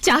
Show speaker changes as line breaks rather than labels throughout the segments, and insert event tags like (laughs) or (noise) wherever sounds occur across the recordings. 家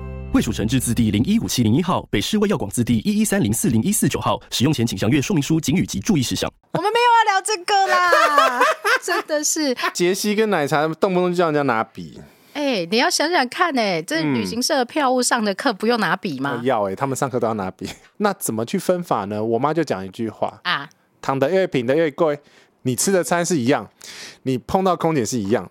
卫蜀成字字第零一五七零一号，北市卫药广字第一一三零四零一四九号。使用前请详阅说明书、警语及注意事项。
(laughs) 我们没有要聊这个啦， (laughs) 真的是，
杰西跟奶茶动不动就叫人家拿笔，
哎、你要想想看、哎，这旅行社的票务上的课不用拿笔吗？
嗯要哎、他们上课都要拿笔。 (laughs) 那怎么去分法呢？我妈就讲一句话：
啊，
躺得越平的越贵，你吃的餐是一样，你碰到空姐是一样，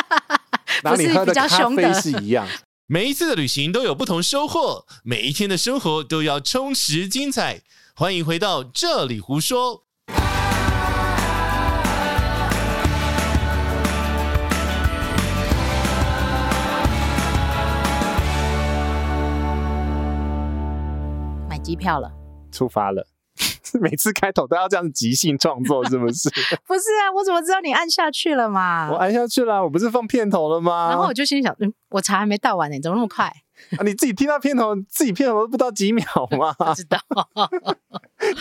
(laughs)
然后你喝
不是比
的
较
咖
凶的
啡是一样。 (laughs)
每一次的旅行都有不同收获，每一天的生活都要充实精彩。欢迎回到这里胡说。
买机票了。
出发了。每次开头都要这样即兴创作，是不
(laughs)
是？
(laughs) 不是啊，我怎么知道你按下去了嘛？
我按下去了，我不是放片头了吗？
啊然后我就心里想，嗯，我茶还没倒完呢，怎么那么快？
(laughs) 啊你自己听到片头，自己片头都不到几秒
(laughs)
吗？(laughs)
不知道。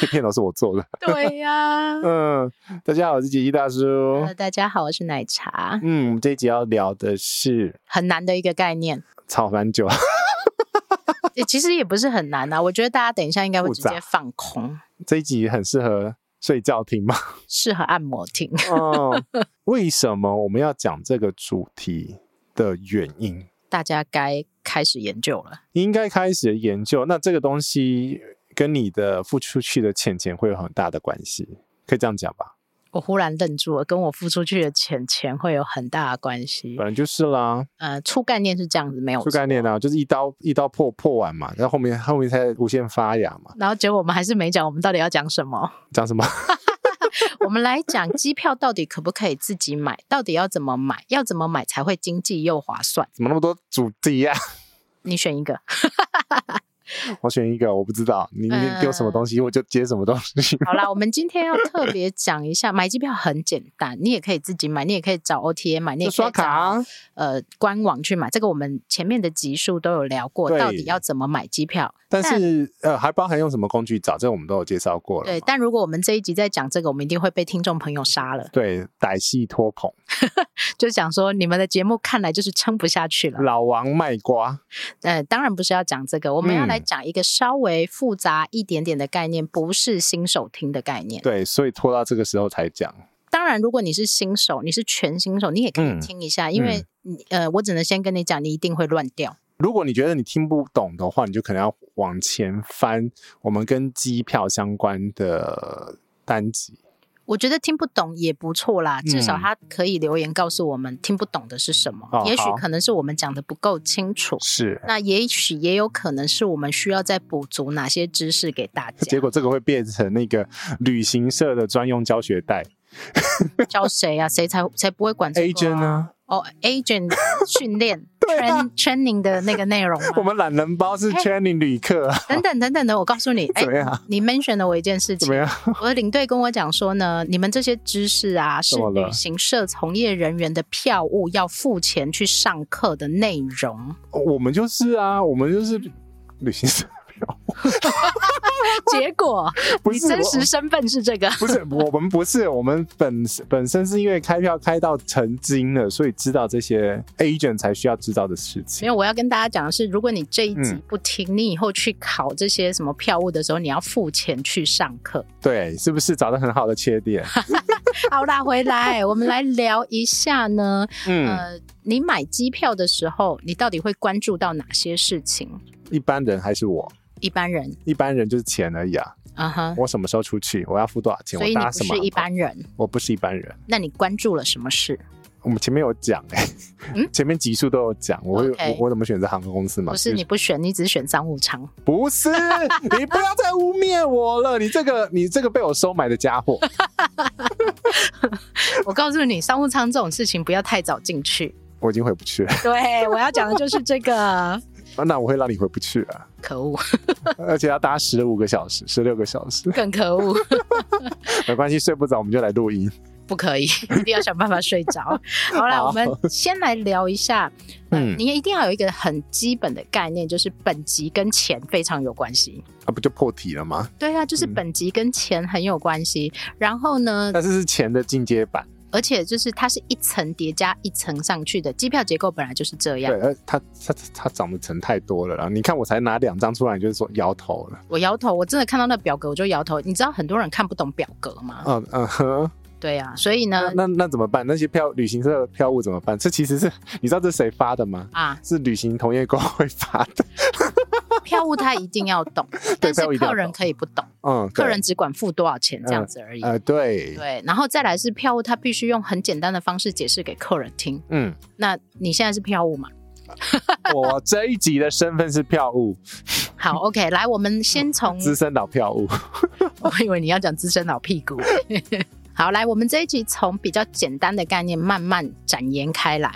片头是我做的。
对呀、
嗯，大家好，我是杰西大叔
呃，。大家好，我是奶茶，
嗯，我们这一集要聊的是
很难的一个概念， (laughs)
炒蛮久，
也其实也不是很难啊。我觉得大家等一下应该会
复
直
杂
接放空，
(laughs) 这一集很适合睡觉听吗？ (laughs)
适合按摩听。
哦，为什么我们要讲这个主题的原因？
大家该开始研究了。
你应该开始研究。那这个东西跟你的付出去的钱钱会有很大的关系，可以这样讲吧？
我忽然愣住了，跟我付出去的钱钱会有很大的关系
本。来就是啦，
呃，初概念是这样子，没有
就概
错
念啊，就是一刀一刀破破完嘛，然后后面后面才无限发芽嘛。
然后结果我们还是没讲，我们到底要讲什么？ (laughs)
讲什么？ (laughs)
我们来讲机票到底可不可以自己买，到底要怎么买，要怎么买才会经济又划算？
怎么那么多主题啊？ (laughs)
你选一个，
我选一个，我不知道，你
嗯
你丢什么东西我就接什么东西。 (laughs)
好啦，我们今天要特别讲一下，买机票很简单，你也可以自己买，你也可以找 OTA 买，你也
就
可以找
刷卡啊，
呃官网去买。这个我们前面的集数都有聊过，
对
到底要怎么买机票。
但是呃，还包含用什么工具找，这我们都有介绍过了嘛。
对，但如果我们这一集在讲这个，我们一定会被听众朋友杀了，
对，歹戏拖棚，
就讲说你们的节目看来就是撑不下去了。
老王卖瓜，
呃，当然不是要讲这个，我们要
嗯
来讲一个稍微复杂一点点的概念，不是新手听的概念。
对，所以拖到这个时候才讲。
当然，如果你是新手，你是全新手，你也可以
嗯
听一下，因为你呃，我只能先跟你讲，你一定会乱掉。
如果你觉得你听不懂的话，你就可能要往前翻我们跟机票相关的单集。
我觉得听不懂也不错啦，至少
嗯
他可以留言告诉我们听不懂的是什么。
哦
也许
好
可能是我们讲的不够清楚，
是，
那也许也有可能是我们需要再补足哪些知识给大家。
结果这个会变成那个旅行社的专用教学带。
教谁啊？谁才才不会管这
A
个
n
啊？
呢？
哦，agent
(laughs)
训练 train training 的那个内容吗
啊我们懒人包是
哎
training 旅客啊，
等等等等的，我告诉你，哎
怎么样？
你 mention 了我一件事
怎
情
么，样？
(laughs) 我的领队跟我讲说呢，你们这些知识啊，是
怎么了
旅行社从业人员的票务要付钱去上课的内
(laughs)
容。
我们就是啊，我们就是旅行社，
结果
不
你
是
真
我
实身份是这个，
不是我们不是我们本本身是因为开票开到成精了，所以知道这些 agent 才需要知道的事
没
情。
有。我要跟大家讲的是，如果你这一集
嗯
不听，你以后去考这些什么票务的时候，你要付钱去上课。
对，是不是找到很好的切
(laughs)
点？
好啦，回来我们来聊一下呢，
嗯，
呃，你买机票的时候，你到底会关注到哪些事情？
一般人还是我，
一般人，
一般人就是钱而已啊。
嗯哼，
我什么时候出去？我要付多少钱？
所
我
以你
搭
不
什么？
是一，般人。
我不是一般人。
那你关注了什么事？
我们前面有讲哎、
嗯
(laughs) 前面集数都有讲，我会
OK
我我怎么选择航空公司嘛？
不是你不选，你只选商务舱。
不
(laughs)
是，你不要再污蔑我了，你这个你这个被我收买的家伙。
我告诉你，商务舱这种事情不要太早进去。
我已经回不去了， (laughs)
对，我要讲的就是这个。
那我会让你回不去了。
可恶，
而且要搭十五个小时、十六个小时， (laughs)
更可恶， (laughs)
没关系，睡不着我们就来录音。
不可以，一定要想办法睡
(laughs)
着。好啦，
好
我们先来聊一下，嗯，
嗯
你一定要有一个很基本的概念，就是本集跟钱非常有关系。
啊，不就破题了吗？
对啊，就是
嗯
本集跟钱很有关系。然后呢，
但是是钱的进阶版，
而且就是它是一层叠加一层上去的，机票结构本来就是这样
对，。呃它它它它涨的层太多了啦。你看我才拿两张出来，你就说摇头了。
我摇头，我真的看到那表格我就摇头。你知道很多人看不懂表格吗？
嗯嗯哼，
对啊，所以
那
呢，
那那怎么办？那些票旅行社的票务怎么办？这其实是你知道这是谁发的吗？
啊，
是旅行同业工会发的。
票务他一定要
(laughs)
懂，但是
票务一定要
客人
懂
可以不懂，
嗯，对
客人只管付多少钱这样子而已。
呃对，
对，然后再来是票务，他必须用很简单的方式解释给客人听。
嗯，
那你现在是票务嘛？
我这一集的身份是票务，
嗯好，OK，来，我们先从
资深老票务。 (laughs)
(laughs) 我以为你要讲资深老屁股。 (laughs) 好，来，我们这一集从比较简单的概念慢慢展延开来。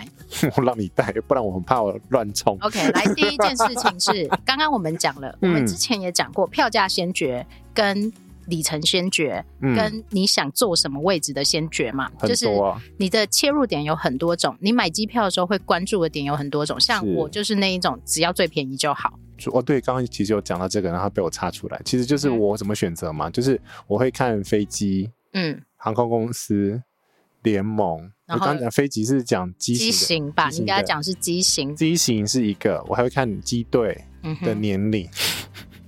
我让你带，不然我很怕我乱冲。
OK，来，第一件事情 (laughs) 是，刚刚我们讲了，我
嗯
们之前也讲过票价先决跟里程先决，
嗯
跟你想坐什么位置的先决嘛，
很
就是
多啊
你的切入点有很多种，你买机票的时候会关注的点有很多种，像
是
我就是那一种，只要最便宜就好。
就哦，对，刚刚其实有讲到这个，然后被我插出来，其实就是
嗯
我怎么选择嘛，就是我会看飞机、
嗯，
航空公司、联盟。
然
我
后
刚讲飞机是讲机
机
型
型吧，
机
你
型
应该
的
讲是机型
的，。机型是一个，我还会看机队
嗯
的
哼，
年龄，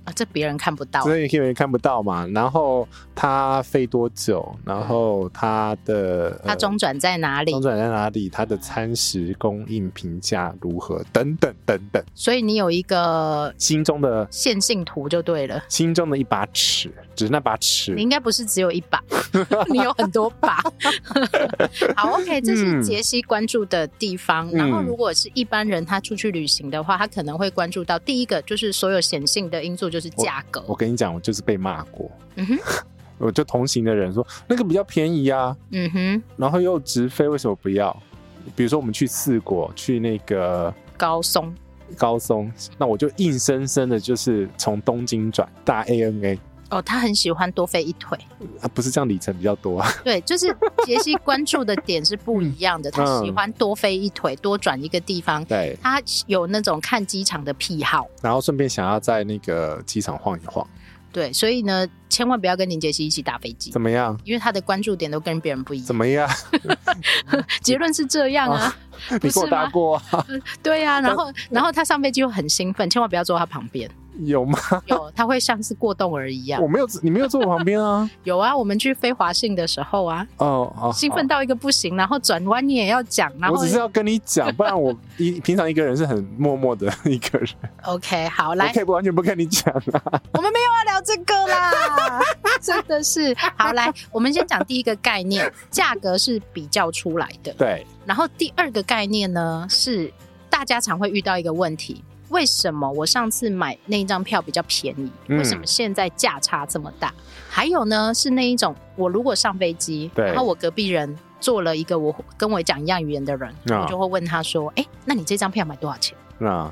啊，这别人看不到。
所以因为看不到嘛。然后它飞多久，然后它的呃
它中转在哪里
中？转在哪里，它的餐食供应评价如何，等等等等，
所以你有一个
心中的
线性图就对了。
心中的一把尺，只是那把尺
你应该不是只有一把， (laughs) 你有很多
(laughs)
把。好，OK，这是
嗯
杰西关注的地方。然后，
嗯
如果是一般人他出去旅行的话，他可能会关注到第一个就是所有显性的因素就是价格。
我跟你讲，我就是被骂过。
嗯哼，
(laughs) 我就同行的人说那个比较便宜啊，
嗯哼，
然后又直飞，为什么不要？比如说我们去四国，去那个
高松
高松，那我就硬生生的就是从东京转大 ANA
哦，他很喜欢多飞一腿。
啊，不是这样里程比较多啊，
对，就是杰西关注的点是不一样
嗯
的，他喜欢多飞一腿，多转一个地方。
对，
他有那种看机场的癖好，
然后顺便想要在那个机场晃一晃，
对，所以呢，千万不要跟林杰西一起搭飞机
怎，么样？
因为他的关注点都跟别人不一
怎
样。
么样？
结论是这样啊，
你给我搭过啊、
(laughs) 对啊，然后然后他上飞机又很兴奋，千万不要坐他旁
(laughs)
边，
有吗？
有他会像是过动儿一样
我。没有，你没有坐我旁边
(laughs)
啊？
有啊，我们去飞华信的时候啊，
哦哦，
兴奋到一个不行，然后转弯你也要讲，然
我
后
只是要跟你讲，不然我一平常一个人是很默默的一个人，
OK，好
我
来，
可以不完全不跟你讲啊。
我们没有要聊这个
(laughs)
啦，真的是好来，我们先讲第一个概念，价格是比较出来的。
对，
然后第二个概念呢是大家常会遇到一个问题：为什么我上次买那一张票比较便宜，
嗯
为什么现在价差这么大？还有呢是那一种，我如果上飞机，
对
然后我隔壁人坐了一个我跟我讲一样语言的人，
啊
我就会问他说：“哎，那你这张票买多少钱
(laughs) 那？”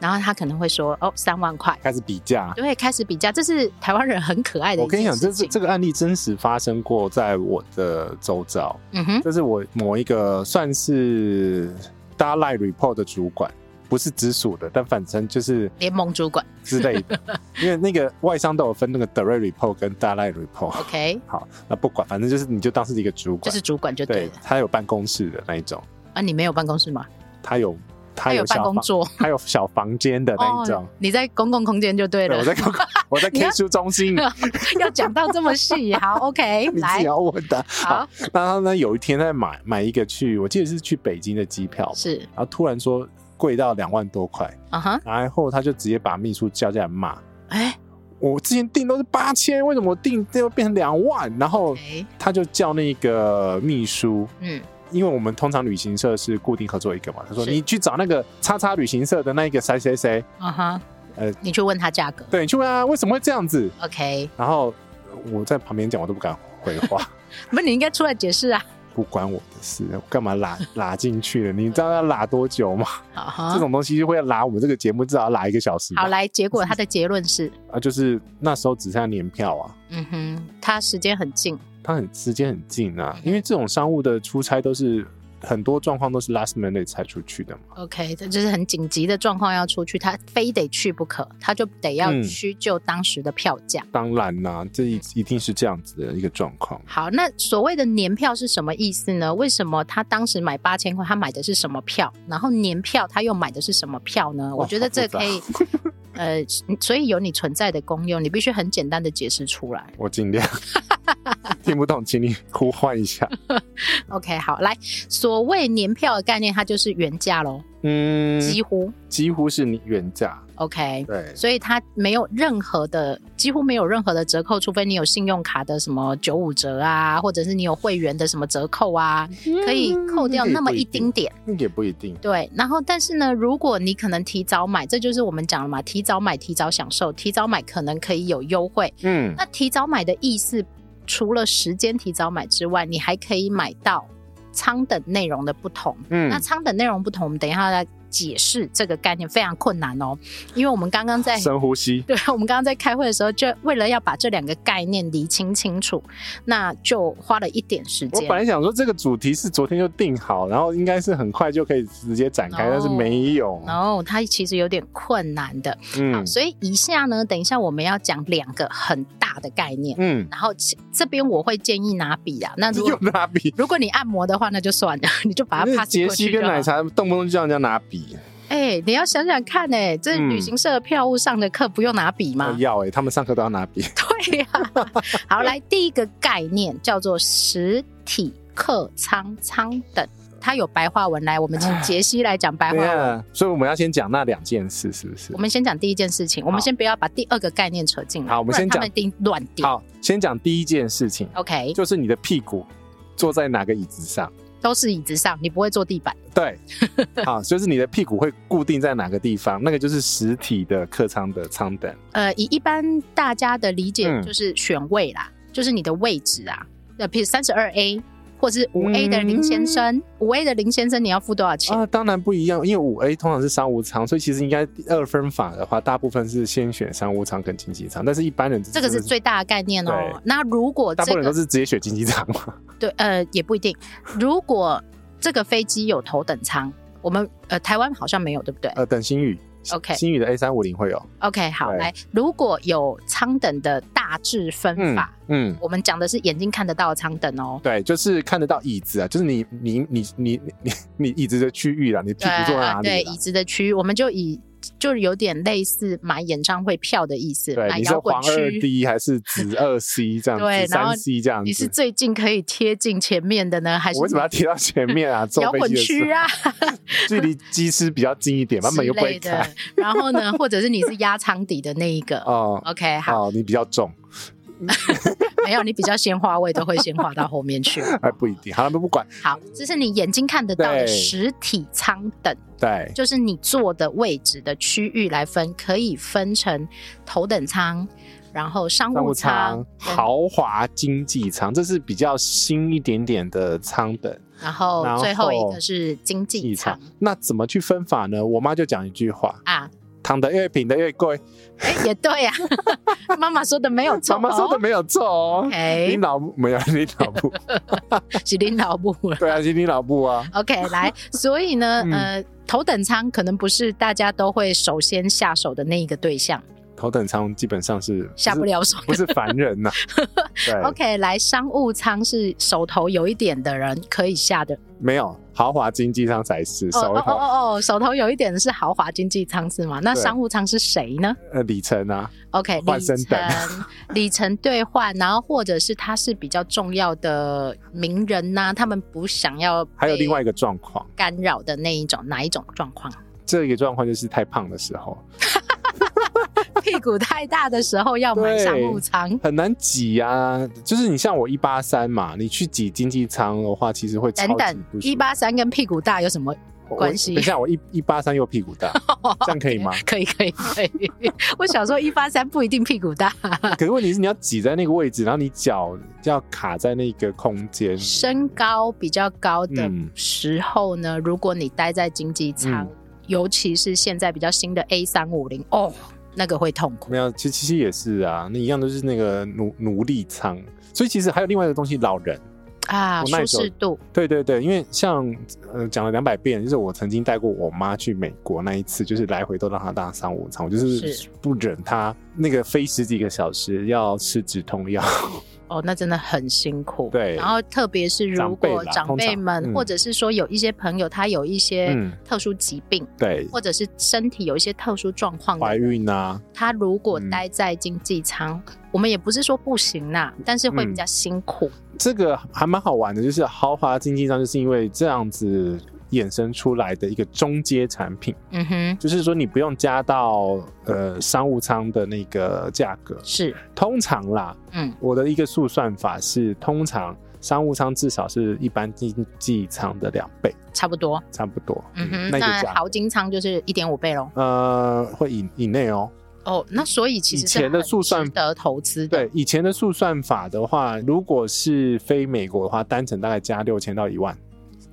然后他可能会说：“哦，三万块。”
开始比价。
对，开始比价，这是台湾人很可爱的
我
一
跟你
件
讲，
事
这是
情。
这个案例真实发生过在我的周遭，
嗯哼，
这是我某一个算是搭 line report 的主管，不是直属的，但反正就是
联盟主管
之类
(laughs)
的，因为那个外商都有分那个 direct report 跟搭 line report。
，OK，
好，那不管，反正就是你就当是一个主
就
管，
是主管就对
对
了。
他有办公室的那一种，
啊，你没有办公室吗？
他有他
他有
有
办
小
公
房，
桌。
他有小房间的那一种。
哦，你在公共空间就对
对，
了。
我在我在
你要
K 书
(laughs)
中心，
要讲到这么
(laughs)
细，好，OK，
你自己
来，
要问的。
好，
那他呢？有一天在买买一个去，我记得是去北京的机票，
是，
然后突然说贵到两万多块，
嗯哼，
然后他就直接把秘书叫进来骂。
哎，
我之前订都是八千，为什么我订最后变成两万？然后
哎，
他就叫那个秘书，
嗯，
因为我们通常旅行社是固定合作一个嘛，他说
是
你去找那个叉叉旅行社的那一个谁谁谁，
嗯哼，
呃
你去问他价格
对，你去问他为什么会这样子。
，OK，
呃然后我在旁边讲，我都不敢回话。 (laughs)
不是你应该出来解释啊，
不关我的事，我干嘛拉拉进去了？你知道要拉多久吗？
啊哈
这种东西会拉我们这个节目至少要拉一个小时吧。
好来，结果他的结论是，
啊，就是那时候只剩下年票啊，
嗯哼，他时间很近，
它很时间很近啊，
嗯
因为这种商务的出差都是很多状况都是 last minute 才出去的嘛。
OK，这就是很紧急的状况要出去，他非得去不可，他就得要
嗯
屈就当时的票价。
当然啦、这一一定是这样子的一个状况。
好，那所谓的年票是什么意思呢？为什么他当时买八千块，他买的是什么票？然后年票他又买的是什么票呢？我觉得这可以， (laughs) 呃，所以有你存在的功用，你必须很简单的解释出来。
我
(laughs)
尽量听不懂，请你呼唤一下。
OK，好，来，所谓年票的概念，它就是原价喽，
嗯，
几乎
几乎是你原价，
OK。
对，
所以它没有任何的，几乎没有任何的折扣，除非你有信用卡的什么九五折啊，或者是你有会员的什么折扣啊，可以扣掉那么一丁点。
那个也不一定。
对，然后但是呢，如果你可能提早买，这就是我们讲了嘛，提早买、提早享受，提早买可能可以有优惠。
嗯，
那提早买的意思，除了时间提早买之外，你还可以买到舱等内容的不同。
嗯
那舱等内容不同，我们等一下来解释这个概念非常困难哦，因为我们刚刚在
深呼吸。
对，我们刚刚在开会的时候，就为了要把这两个概念理清清楚，那就花了一点时
我
间
本。来想说这个主题是昨天就定好，然后应该是很快就可以直接展开，
No
但是没有。
然后它其实有点困难的，好
嗯
所以以下呢，等一下我们要讲两个很大的概念，
嗯，
然后其这边我会建议拿笔啊，那如
(laughs) 又
果
拿笔。
如果你按摩的话，那就算了，你就把它
那
pass
杰
过
西
去就
跟
好
奶。茶动不动就叫人家拿笔，
哎、你要想想看、哎，这
嗯
旅行社的票务上的课不用拿笔吗？
要哎、他们上课都要拿笔。
(laughs) 对呀、好，来第一个概念叫做实体客舱舱等，它有白话文来，我们请杰西来讲白话
对
文。
啊，所以我们要先讲那两件事，是不是
我？们先讲第一件事情，我们先不要把第二个概念扯进来，
好我们先
不
讲
然他们一定乱点。
好，先讲第一件事情，
OK，
就是你的屁股坐在哪个椅子上。
都是椅子上，你不会坐地板。 (laughs)
对，好，就是你的屁股会固定在哪个地方，那个就是实体的客舱的舱等。
呃，以一般大家的理解
嗯
就是选位啦，就是你的位置啊，呃，譬如三十二 A 或是五 A 的林先
嗯
生，五 A 的林先生你要付多少钱？
啊，当然不一样，因为五 A 通常是商务舱，所以其实应该二分法的话，大部分是先选商务舱跟经济舱，但是一般人
这个是最大的概念哦
对。
那如果
大部
这
分人
个
都是直接选经济舱嘛。
对，呃，也不一定。如果这个飞机有头等舱，我们呃台湾好像没有，对不对
呃，等新宇
OK
新宇的 A 三五零会有，
？OK，好，
对
来，如果有舱等的大致分
嗯
法，
嗯。
我们讲的是眼睛看得到的舱等哦。
对，就是看得到椅子啊，就是你你你你你你椅子的区域啦，你屁
对
股坐在哪
啊，对
里啦
椅？子的区域，我们就以就有点类似买演唱会票的意思，
对，
买
你是
啊摇滚
黄二
区。
D 还是紫二 C 这样
对
子，
然后
三 C 这样
你是
子？
最近可以贴近前面的呢，还是
我为什么要提到前面
(laughs)
啊？坐
摇
飞
滚
机的时
区
候， (laughs)
啊
距离机师比较近
(laughs)
一点嘛，他
之
门又不会
类的
开。？
然后呢，或者是你是压舱底的那一个
哦
？OK，好，
哦，你比较重，
没有你比较鲜花味都会先花到后面去。
(laughs) 哎，不一定。好了，不不管，
好，这是你眼睛看得到的
对
实体舱等，
对，
就是你坐的位置的区域来分，可以分成头等舱，然后商
商
务
务
舱
舱、，豪华经济舱，这是比较新一点点的舱等。
跟然后
然后
最后一个是经济舱
那怎么去分法呢？我妈就讲一句话：
啊，
躺得越平的越贵。
哎，也对呀、啊， (laughs) 妈妈说的没有错、
妈
哦，
妈说的没有错哦。你
OK，
脑部没有你
(laughs)
脑部，
是领导部了。
对啊，是你脑部啊。
OK，来，
(laughs)
所以呢，
嗯
呃，头等舱可能不是大家都会首先下手的那一个对象，
头等舱基本上是
下不，了手
不是不是凡
(laughs)
人呐。对，
OK，来商务舱是手头有一点的人可以下的。
没有豪华经济舱才是
哦
手
哦哦
头
哦哦，手头有一点的是豪华经济舱是吗？那
对
商务舱是谁呢
呃里程啊。
？OK，
换
里
身
程
等
里程兑换，然后或者是他是比较重要的名人呐、他们不想要
还有
被
另外一个状况，
干扰的那一种，哪一种状况？
这个状况就是太胖的时候
屁股太大的时候要买
对
商务舱，
很难挤啊。就是你像我一八三嘛，你去挤经济舱的话，其实会超
等
级
等
不，舒服
一八三跟屁股大有什么
我
关系
等一下，我一一八三又屁股大，这样可以吗？
(laughs) 可以可以可以，我小时候一八三不一定屁股大，
可是问题是你要挤在那个位置，然后你脚要卡在那个空间，
身高比较高的
嗯
时候呢，如果你待在经济舱，
嗯
尤其是现在比较新的 A 三五零，哦，那个会痛苦
没。有，其其实也是啊，那一样都是那个奴奴隶舱。所以其实还有另外一个东西，老人。
啊，
我那
舒
时候
适度，
对对对，因为像呃讲了两百遍，就是我曾经带过我妈去美国那一次，就是来回都让她搭商务舱，我就是是不忍她那个飞十几个小时要吃止
(laughs)
痛药，
哦，那真的很辛苦。
对
然后特别是如果长
长辈啦
辈们，
通常嗯
或者是说有一些朋友他有一些
嗯
特殊疾病，
对，
或者是身体有一些特殊状况的
怀
人，
孕啊，
他如果
嗯
待在经济舱，我们也不是说不行啦，但是会比
嗯
较辛苦。
这个还蛮好玩的，就是豪华经济舱就是因为这样子衍生出来的一个中阶产品，
嗯哼，
就是说你不用加到呃商务舱的那个价格，
是，
通常啦，
嗯，
我的一个速算法是，通常商务舱至少是一般经济舱的两倍，
差不多。
差不多。
嗯哼，
那
那
个价
豪金仓就是一点五倍喽。
呃会以以内哦。
哦，那所以其实
以
是
前的
很
速算
值得投资的。
对，以前的速算法的话，如果是飞美国的话，单程大概加六千到一万，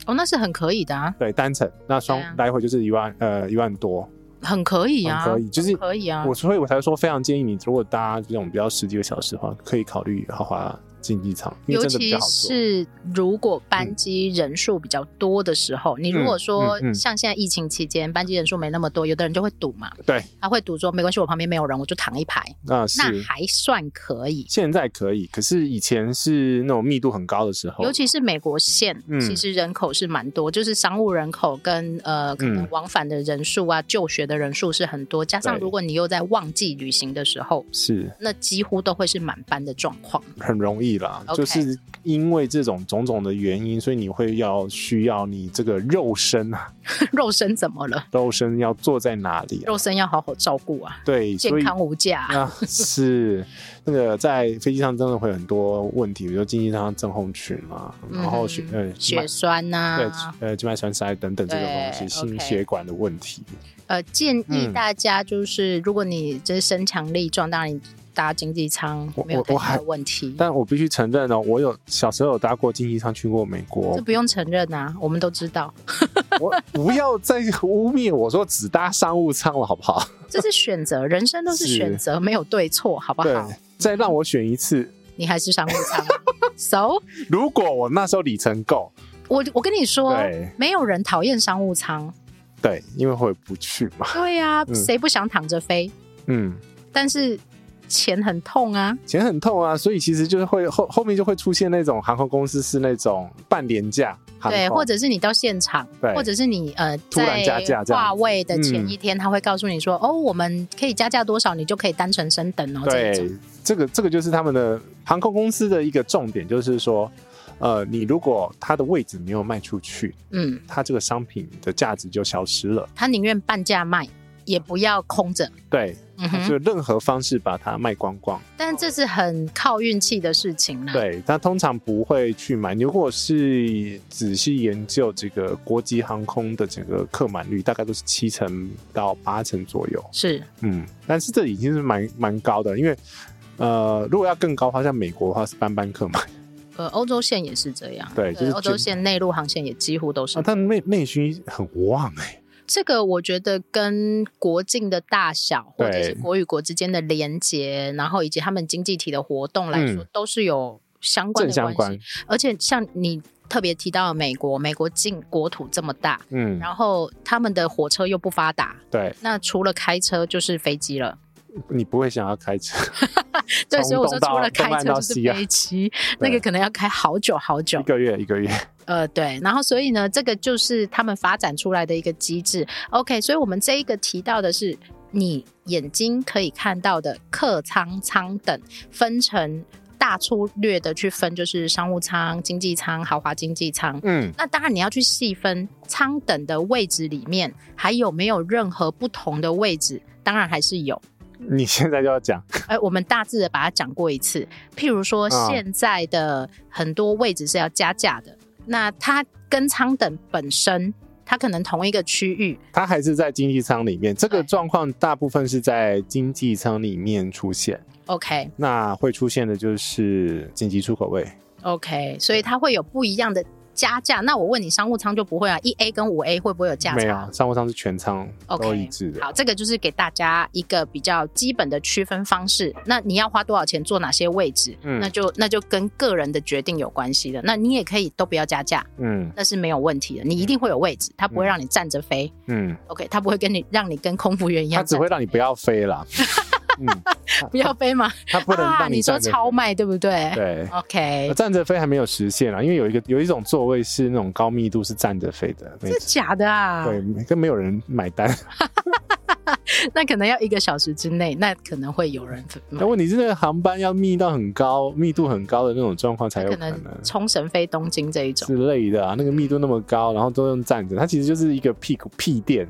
哦，那是很可以的啊，
对，单程那双、
对啊
来回就是一万呃一万多。
很可以啊，
很可以就是
很可以啊
我。所以我才说非常建议你，如果搭这种比较十几个小时的话，可以考虑豪华经济舱，因为
尤
真的比
其
较好坐。
是如果班机人数比较多的时候，你如果说
嗯嗯嗯
像现在疫情期间班机人数没那么多，有的人就会赌嘛，
对，
他会赌说没关系，我旁边没有人，我就躺一排，
那是
那还算可以。
现在可以，可是以前是那种密度很高的时候，
尤其是美国线，
哦嗯
其实人口是蛮多，就是商务人口跟呃可能
嗯
往返的人数啊、就学的人数是很多，加上
对
如果你又在旺季旅行的时候，
是
那几乎都会是满班的状况。 (laughs)
很容易啦
OK
就是因为这种种种的原因，所以你会要需要你这个肉身啊，
肉身怎么了？
肉身要坐在哪里、啊？
肉身要好好照顾啊，
对，所
健
以
康无价啊、
啊是那个在飞机上真的会很多问题，比如说经济舱症候群啊，然后血
嗯
呃
哼血栓啊呐、
对呃静脉栓塞等等这种东
对
西，心
OK
血管的问题，
呃，建议
嗯
大家就是，如果你这身强力壮，当然你搭经济舱
我
没有
我
太
我
大
还
的问题，
但我必须承认哦，我有小时候有搭过经济舱去过美国
这，不用承认啊，我们都知道，
我不要再污蔑我说只搭商务舱了，好
(laughs)
不好？
这是选择，人生都是
是
选择，没有对错，好不
对
好？，
再让我选一次，
你还是商务舱啊
(laughs)
，so
如果我那时候里程够，
我我跟你说
对，
没有人讨厌商务
(laughs)
舱，
对，因为回不去嘛，
对呀、
嗯
谁不想躺着飞？
嗯，
但是钱很痛啊，
钱很痛啊，所以其实就是会后后面就会出现那种航空公司是那种半廉价航空，
对，或者是你到现场，
对
或者是你呃
突然加价
在
这样
话位的前
嗯
一天，他会告诉你说，哦，我们可以加价多少，你就可以单程升等哦，这一
对
种。，
这个这个就是他们的航空公司的一个重点，就是说，呃，你如果它的位置没有卖出去，
嗯，
它这个商品的价值就消失了，
他宁愿半价卖，也不要空着。
对，
嗯
它
哼，
就任何方式把它卖光光。
但这是很靠运气的事情啦。，
对，他通常不会去买。如果是仔细研究这个国际航空的整个客满率，大概都是七成到八成左右。
是
嗯，但是这已经是蛮蛮高的，因为呃，如果要更高的话，像美国的话是班班啊客满，
呃，欧洲线也是这样。
对就是
欧洲
全
线内陆航线也几乎都是
啊，但内内需很旺哎、
这个我觉得跟国境的大小，或
对
者是国与国之间的连接，然后以及他们经济体的活动来说，
嗯
都是有相关
正
的
相
关
关
系。。而且像你特别提到的美国，美国境国土这么大，
嗯，
然后他们的火车又不发达，
对，
那除了开车就是飞机了。，
你不会想要开车
对，所以我说
从东
除
到
了开
东岸
车
到
就是
西岸
飞
(laughs)
机，那个可能要开好久好久
一。个月一个月，
呃，对，然后所以呢，这个就是他们发展出来的一个机制。OK，所以我们这一个提到的是你眼睛可以看到的客舱舱等分成大粗略的去分，就是商务舱、经济舱、豪华经济舱。
嗯，
那当然你要去细分舱等的位置里面还有没有任何不同的位置，当然还是有。
你现在就要讲，
哎，我们大致的把它讲过一次。譬如说，
啊
现在的很多位置是要加价的，那它跟舱等本身它可能同一个区域，
它还是在经济舱里面。这个
对
状况大部分是在经济舱里面出现，
OK
那会出现的就是紧急出口位。
OK，所以它会有不一样的加价。那我问你，商务舱就不会啊？一 A 跟五 A 会不会有价差？
没有，啊商务舱是全舱
OK，
都一致的。
好，这个就是给大家一个比较基本的区分方式。那你要花多少钱坐哪些位置？
嗯
那就那就跟个人的决定有关系的。那你也可以都不要加价，
嗯
那是没有问题的。你一定会有位置，它不会让你站着飞。
嗯，
OK，它不会跟你让你跟空服员一样
它
站着
只
飞，
会让你不要飞啦。嗯，它
(laughs) 不要飞嘛。
它不能
啊，
让
你说
站着飞
超卖对不对？
对。
OK，
站着飞还没有实现啊，因为有一个有一种座位是那种高密度是站着飞的，没
是假的啊。
对，跟没有人买单。
那可能要一个小时之内，那可能会有人买
那问题是那个航班要密到很高、密度很高的那种状况才有
可
可能
能冲绳飞东京这一种。
之类的啊。那个密度那么高，然后都用站着，它其实就是一个屁股屁垫。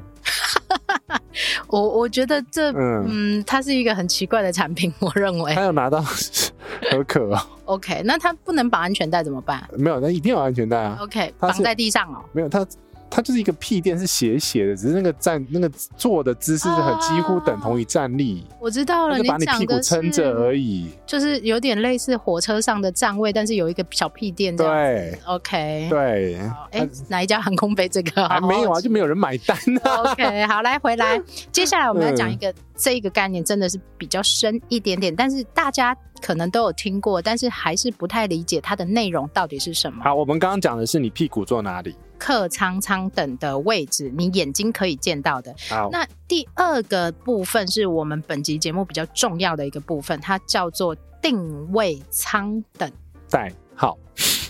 我我觉得这
嗯，
嗯，它是一个很奇怪的产品， (laughs) 我认为
他。有拿到 (laughs) 何可哦？
OK，那它不能绑安全带怎么办
没有，那一定要有安全带啊。
？OK，
它
绑
是
在地上哦。
没有，它它就是一个屁垫，是斜斜的，只是那个站那个坐的姿势是很
啊
几乎等同于站立，
我知道
它
了，
就
哦你
把你
讲
屁股
的
撑
是
着而已。
就是有点类似火车上的站位，但是有一个小屁垫这样。哎
对
OK，
对，
好哎，哪一家航空飞这个？
还没有啊，就没有人买单呢、啊。
OK，好，来回
(laughs)
来，接下来我们要
嗯
讲一个、这一个概念，真的是比较深一点点，但是大家可能都有听过，但是还是不太理解它的内容到底是什么。
好，我们刚刚讲的是你屁股坐哪里。
客舱舱等的位置，你眼睛可以见到的。
好，
那第二个部分是我们本集节目比较重要的一个部分，它叫做定位舱等。
带好，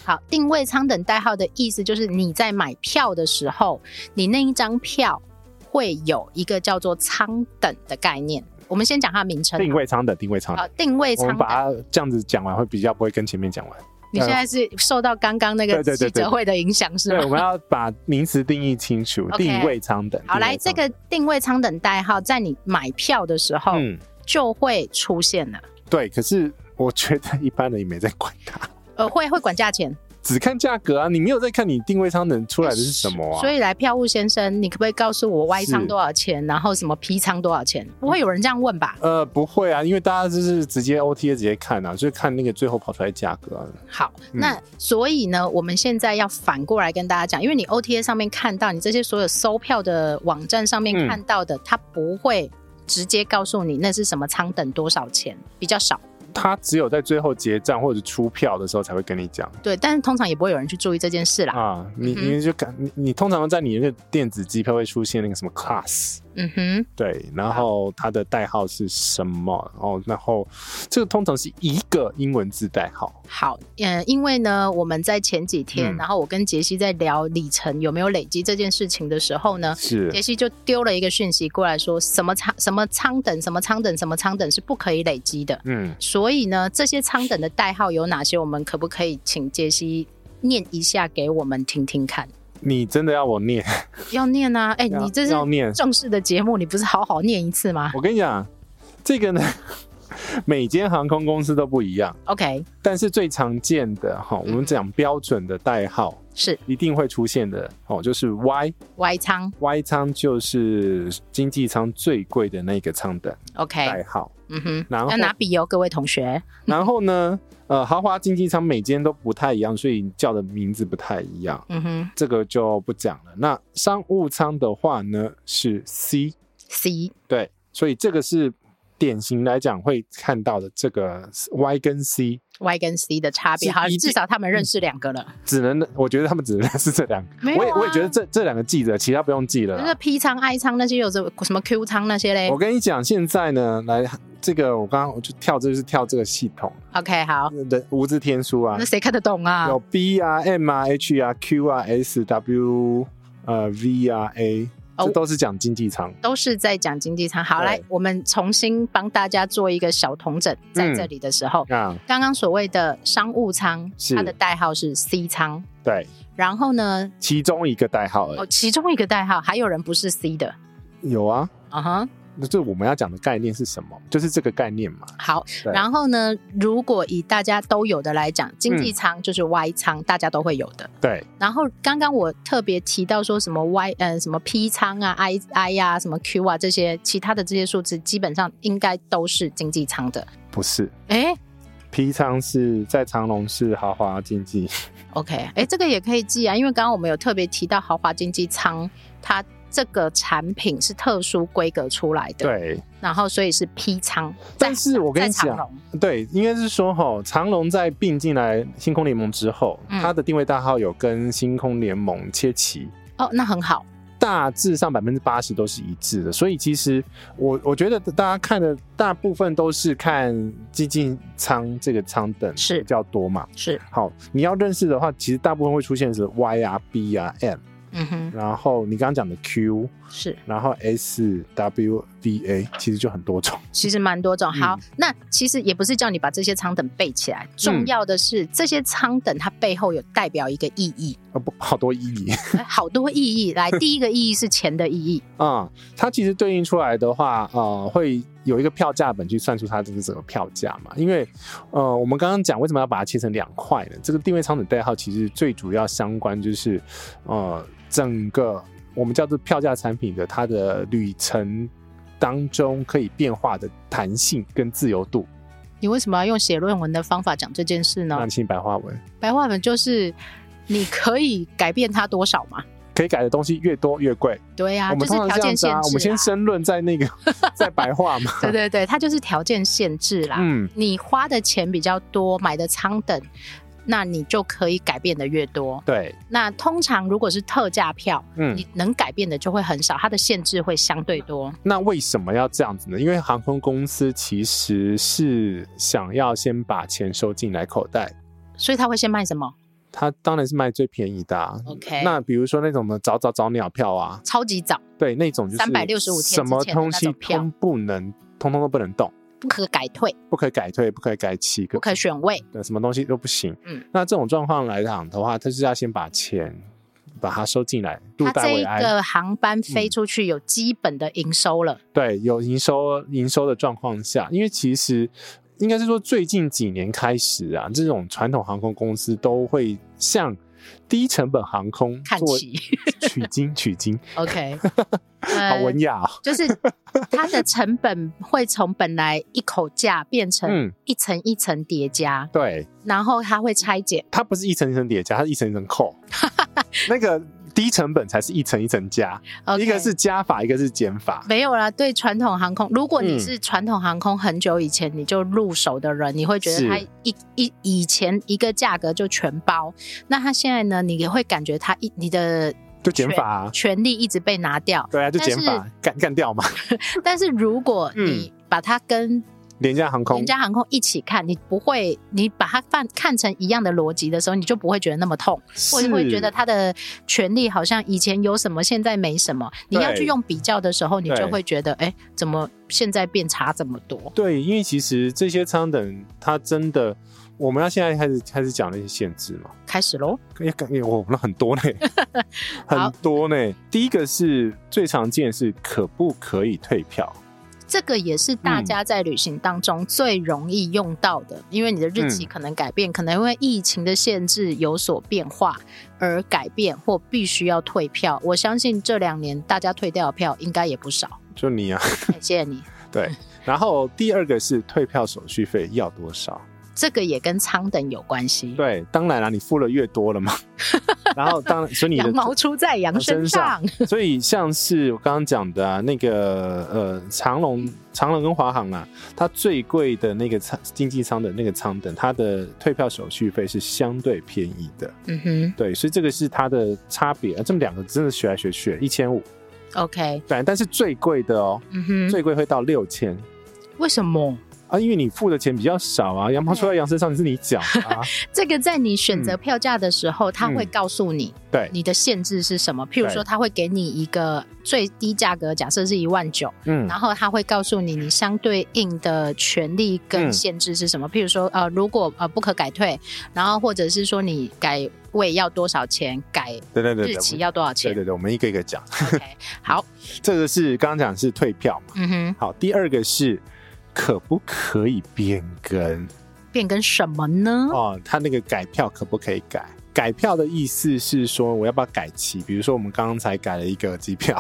好，定位舱等代号的意思就是你在买票的时候，你那一张票会有一个叫做舱等的概念。我们先讲它的名称。
定位舱等，定位舱
好
等。，
定位
我
舱
们把
等。
它呃这样子讲完，会比较不会跟前面讲完。
你现在是受到刚刚那个
对对对
记
对
者会的影响是
对，我
吗？
们要把名词定义清楚。
OK
定位舱等。
好，
定位
来，这
舱
个定位舱等代号在你买票的时候
等嗯，
就会出现了，
对。可是我觉得一般人也没在管它， (laughs)
呃，会会管价钱。
只看价格啊，你没有在看你定位舱等出来的是什么啊？
所以来票务先生，你可不可以告诉我 Y
是
舱多少钱，然后什么 P 舱多少钱？不会有人这样问吧？
呃，不会啊，因为大家就是直接 OTA 直接看啊，就是看那个最后跑出来的价格啊。
好，
嗯
那所以呢，我们现在要反过来跟大家讲，因为你 OTA 上面看到，你这些所有搜票的网站上面
嗯
看到的，它不会直接告诉你那是什么舱等多少钱，比较少。
他只有在最后结账或者出票的时候才会跟你讲
对，但是通常也不会有人去注意这件事啦。
啊。你
嗯哼
你就感你你通常在你那个电子机票会出现那个什么 class。
嗯哼，
对，然
啊
后它的代号是什么？哦，然后这个通常是一个英文字代号。
好，嗯，因为呢，我们在前几天，
嗯
然后我跟杰西在聊里程有没有累积这件事情的时候呢，
是
杰西就丢了一个讯息过来说，什么舱、什么舱等、什么舱等、什么舱等是不可以累积的。
嗯，
所以呢，这些舱等的代号有哪些？我们可不可以请杰西念一下给我们听听看？
你真的要我念？
要念啊！哎、
要
你这是
要念
正式的节目，你不是好好
(laughs)
念一次吗
我跟你讲，这个呢， (laughs) 每间航空公司都不一样，
？OK，
但是最常见的哈、
嗯
我们讲标准的代号
是
一定会出现的哦，就是 Y
Y 舱
Y 舱就是经济舱最贵的那个舱等代
，OK，
号。
嗯哼，
然后
要拿笔哦，各位同学。
然后呢，呃，豪华经济舱每间都不太一样，所以叫的名字不太一样。
嗯哼
这个就不讲了。那商务舱的话呢是 C，
，C
对，所以这个是典型来讲会看到的这个 Y 跟 C，
Y 跟 C 的差别，
是
好，
一定嗯
至少他们认识两个了。
只能我觉得他们只能是这两个。
没有
我也
啊
我也觉得这这两个记着，其他不用记了
就是
啦。
P 舱、I 舱那些，有什么什么 Q 舱那些嘞
啊我跟你讲，现在呢，来这个我刚刚我就跳，这就是跳这个系统
？OK，好，
的无字天书啊
那，谁看得懂啊
有 B 啊、M 啊、H 啊、Q 啊、S、W 呃 V 啊、A，
哦
这都是讲经济舱。
都是在讲经济舱。好，
对
来，我们重新帮大家做一个小统整，在
嗯
这里的时候，
啊，
刚刚所谓的商务舱，
是
它的代号是 C 舱。
对，
然后呢，哦
其中一个代号而已
哦，其中一个代号还有人不是 C 的，
有啊，
啊哈，
那这我们要讲的概念是什么？就是这个概念嘛。
好，
对
然后呢，如果以大家都有的来讲，经
嗯
济舱就是 Y 舱，大家都会有的。
对，
然后刚刚我特别提到说什么 Y 呃什么 P 仓啊、I I 呀、啊、什么 Q 啊这些，其他的这些数字基本上应该都是经济舱的。
不是
哎
P 仓是在长隆是豪华经济，
，OK，哎，这个也可以记啊，因为刚刚我们有特别提到豪华经济舱，它这个产品是特殊规格出来的，，
对，
然后所以是 P 仓。
但是我跟你
在长
讲
隆
对，应该是说哈，长隆在并进来星空联盟之后，
嗯
它的定位代号有跟星空联盟切齐，
哦，那很好，
大致上百分之八十都是一致的，所以其实我我觉得大家看的大部分都是看基金仓这个仓等
是
比较多嘛。
是，
好，你要认识的话，其实大部分会出现是 Y 啊、B 啊、M，
嗯哼，
然后你刚刚讲的 Q，
是。
然后 S、W、V、A，其实就很多种。
其实蛮多种。
嗯
好，那其实也不是叫你把这些舱等背起来，
嗯
重要的是、这些舱等它背后有代表一个意义，
啊，不，好多意义
呃好多意义。
(laughs)
来，第一个意义是钱的意义，
啊、它其实对应出来的话，呃，会有一个票价本去算出它这个整个票价嘛。因为，呃，我们刚刚讲为什么要把它切成两块呢？这个定位场景代号其实最主要相关就是，呃，整个我们叫做票价产品的它的旅程当中可以变化的弹性跟自由度。
你为什么要用写论文的方法讲这件事呢
那？请白话文，
白话文就是你可以改变它多少嘛？
可以改的东西越多越贵。
对啊，
我
就
们
是
通常
条
这样
件
子
限制、
啊，我们先申论在那
(laughs)
个在白话嘛。
对对对，它就是条件限制啦。
嗯，
你花的钱比较多，买的舱等，那你就可以改变的越多。
对，
那通常如果是特价票，
嗯。
你能改变的就会很少，它的限制会相对多。
那为什么要这样子呢？因为航空公司其实是想要先把钱收进来口袋，
所以它会先卖什么
它当然是卖最便宜的、啊。
？OK，
那比如说那种的早早早鸟票啊，
超级早，
对，那种就是
365天之前
什
的
么
那种
东西
票
通不能，通通都不能动，
不可改退，
不可以改退，不可以改期，
不可选位。
对什么东西都不行。
嗯，
那这种状况来讲的话，它就是要先把钱把它收进来，入
它
袋
这
为
一
安。
个航班飞出去有基本的营收了，
对，有营收营收的状况下，因为其实应该是说最近几年开始啊，这种传统航空公司都会向低成本航空
看
做
齐
取经
(laughs)
取经， (laughs)
OK，
嗯好
呃
文雅哦。
就是它的成本会从本来一口价变成
嗯
一层一层叠加，
对，
然后它会拆解。
它不是一层一层叠加，它是一层一
(laughs)
层扣。那个低成本才是一层一层加
OK，
一个是加法，一个是减法。
没有啦，对传统航空，如果你
嗯
是传统航空很久以前你就入手的人，你会觉
是
得它一一以前一个价格就全包，那它现在呢，你也会感觉它一你的
就减法啊
权权利一直被拿掉。
对啊，就
但
减
是
法干干掉嘛， (laughs)
但是如果
嗯
你把它跟
廉价航空
人。家航空一起看，你不会，你把它看看成一样的逻辑的时候，你就不会觉得那么痛，或者会觉得
是
它的权利好像以前有什么，现在没什么。你要
对
去用比较的时候，你就
对
会觉得，哎，怎么现在变差这么多？
对，因为其实这些舱等，它真的，我们要现在开始开始讲那些限制嘛。
开始喽。
也感觉我那
(laughs)
很多呢，
好
很多呢。第一个是最常见是可不可以退票？
这个也是大
嗯
家在旅行当中最容易用到的，因为你的日
嗯
期可能改变，可能因为疫情的限制有所变化而改变，或必须要退票。我相信这两年大家退掉的票应该也不
(laughs)
少。
就你啊，
哎谢谢你， (laughs)
对。然后第二个是退票手续费要多少？
这个也跟舱等有关系。
对，当然啦，你付了越
(laughs)
多了嘛。然后当然，所以你
羊
的啊
毛出在羊身上，
所以像是我刚刚讲的啊，那个呃长龙、长龙跟华航啦、它最贵的那个舱经济舱的那个舱等，它的退票手续费是相对便宜的。
嗯哼
对，所以这个是它的差别。啊、这么两个真的学来学去，一千五，
，OK，
对，但是最贵的哦，
嗯哼，
最贵会到六千。
为什么？
啊，啊，因为你付的钱比较少啊，羊毛出在羊身上是你缴的
(laughs)
啊，
这个在你选择票价的时候，他会
嗯
告诉你
对，
你的限制是什么。譬如
对
说，他会给你一个最低价格，假设是一万九，
嗯
然后他会告诉你你相对应的权利跟
嗯
限制是什么。譬如说，呃，如果呃不可改退，然后或者是说你改位要多少钱，改
对对对
日期
对，
要多少
对
钱。
对对，我们一个一个讲。 (laughs)
OK，好，
这个是刚刚讲的是退票嘛，
嗯哼，
好，第二个是可不可以变更
变更什么呢？
哦，他那个改票可不可以改？改票的意思是说我要不要改期？比如说我们刚刚才改了一个机
(laughs)
票，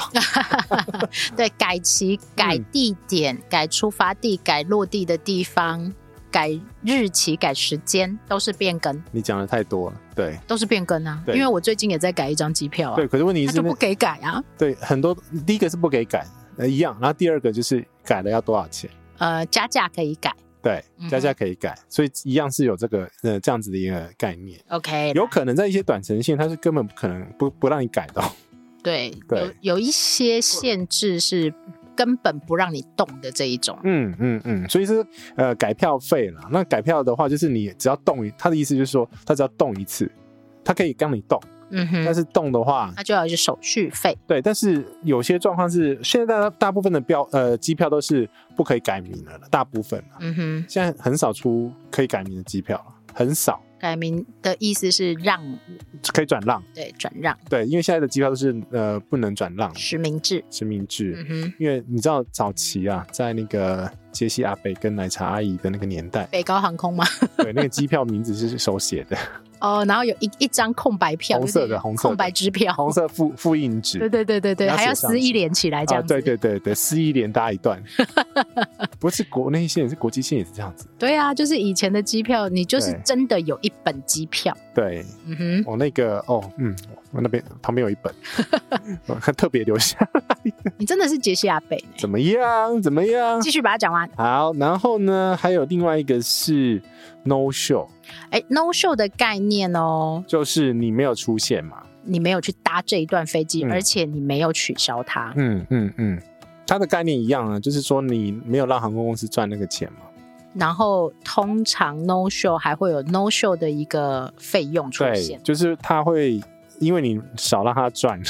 对，改期、改地
嗯
点、改出发地、改落地的地方、改日期、改时间，都是变更，
你讲的太多了，对
都是变更啊。
对
因为我最近也在改一张机票啊
对，，可是问题
他
是
就
那
不给改啊。
对很多第一个是不给改，呃一样，然后第二个就是改了要多少钱？
呃，加价可以改
对
嗯哼，
加价可以改，所以一样是有这个呃这样子的一个概念。
，OK，
有可能在一些短程线，它是根本不可能不不让你改的哦。
对，
对
有有一些限制是根本不让你动的这一种。
嗯嗯嗯，所以是呃改票费啦。那改票的话，就是你只要动一，他的意思就是说，他只要动一次，他可以让你动，
嗯
但
哼，
是动的话，
那就要有手续费。
对，但是有些状况是，现在大大部分的标呃机票都是不可以改名的了，大部分啦
嗯哼，
现在很少出可以改名的机票了，很少
改名的意思是让，
可以转让，
对，转让
对，因为现在的机票都是呃不能转让，
实名制。
实名制，
嗯哼，，
因为你知道早期啊，在那个杰西阿北跟奶茶阿姨的那个年代
北高航空嘛。
对，那个机票名字是手写的，
哦，然后有一一张空白票，
红色的
有点
红色的
空白支票，
红色复复印纸，
对对对对对，
你要
还要
写上
撕
去
一连起来这
啊，
样子，
对对对对，撕一连搭一
(laughs)
段，不是国内线，是国际线也是这样子。
对啊，就是以前的机票，你就是
对
真的有一本机票，
对，
嗯哼，
我、那个哦，嗯，我那边旁边有
(laughs)
一本，我看特别留下，
你真的是杰西亚贝呢，
怎么样？怎么样？
继续把它讲完。
好，然后呢，还有另外一个是 no show，
哎，no show 的概念哦，
就是你没有出现嘛。
你没有去搭这一段飞机，
嗯
而且你没有取消它，
嗯嗯嗯，它的概念一样啊，就是说你没有让航空公司赚那个钱嘛。
然后通常 no show 还会有 no show 的一个费用出
对
现，，
就是他会因为你少让他赚，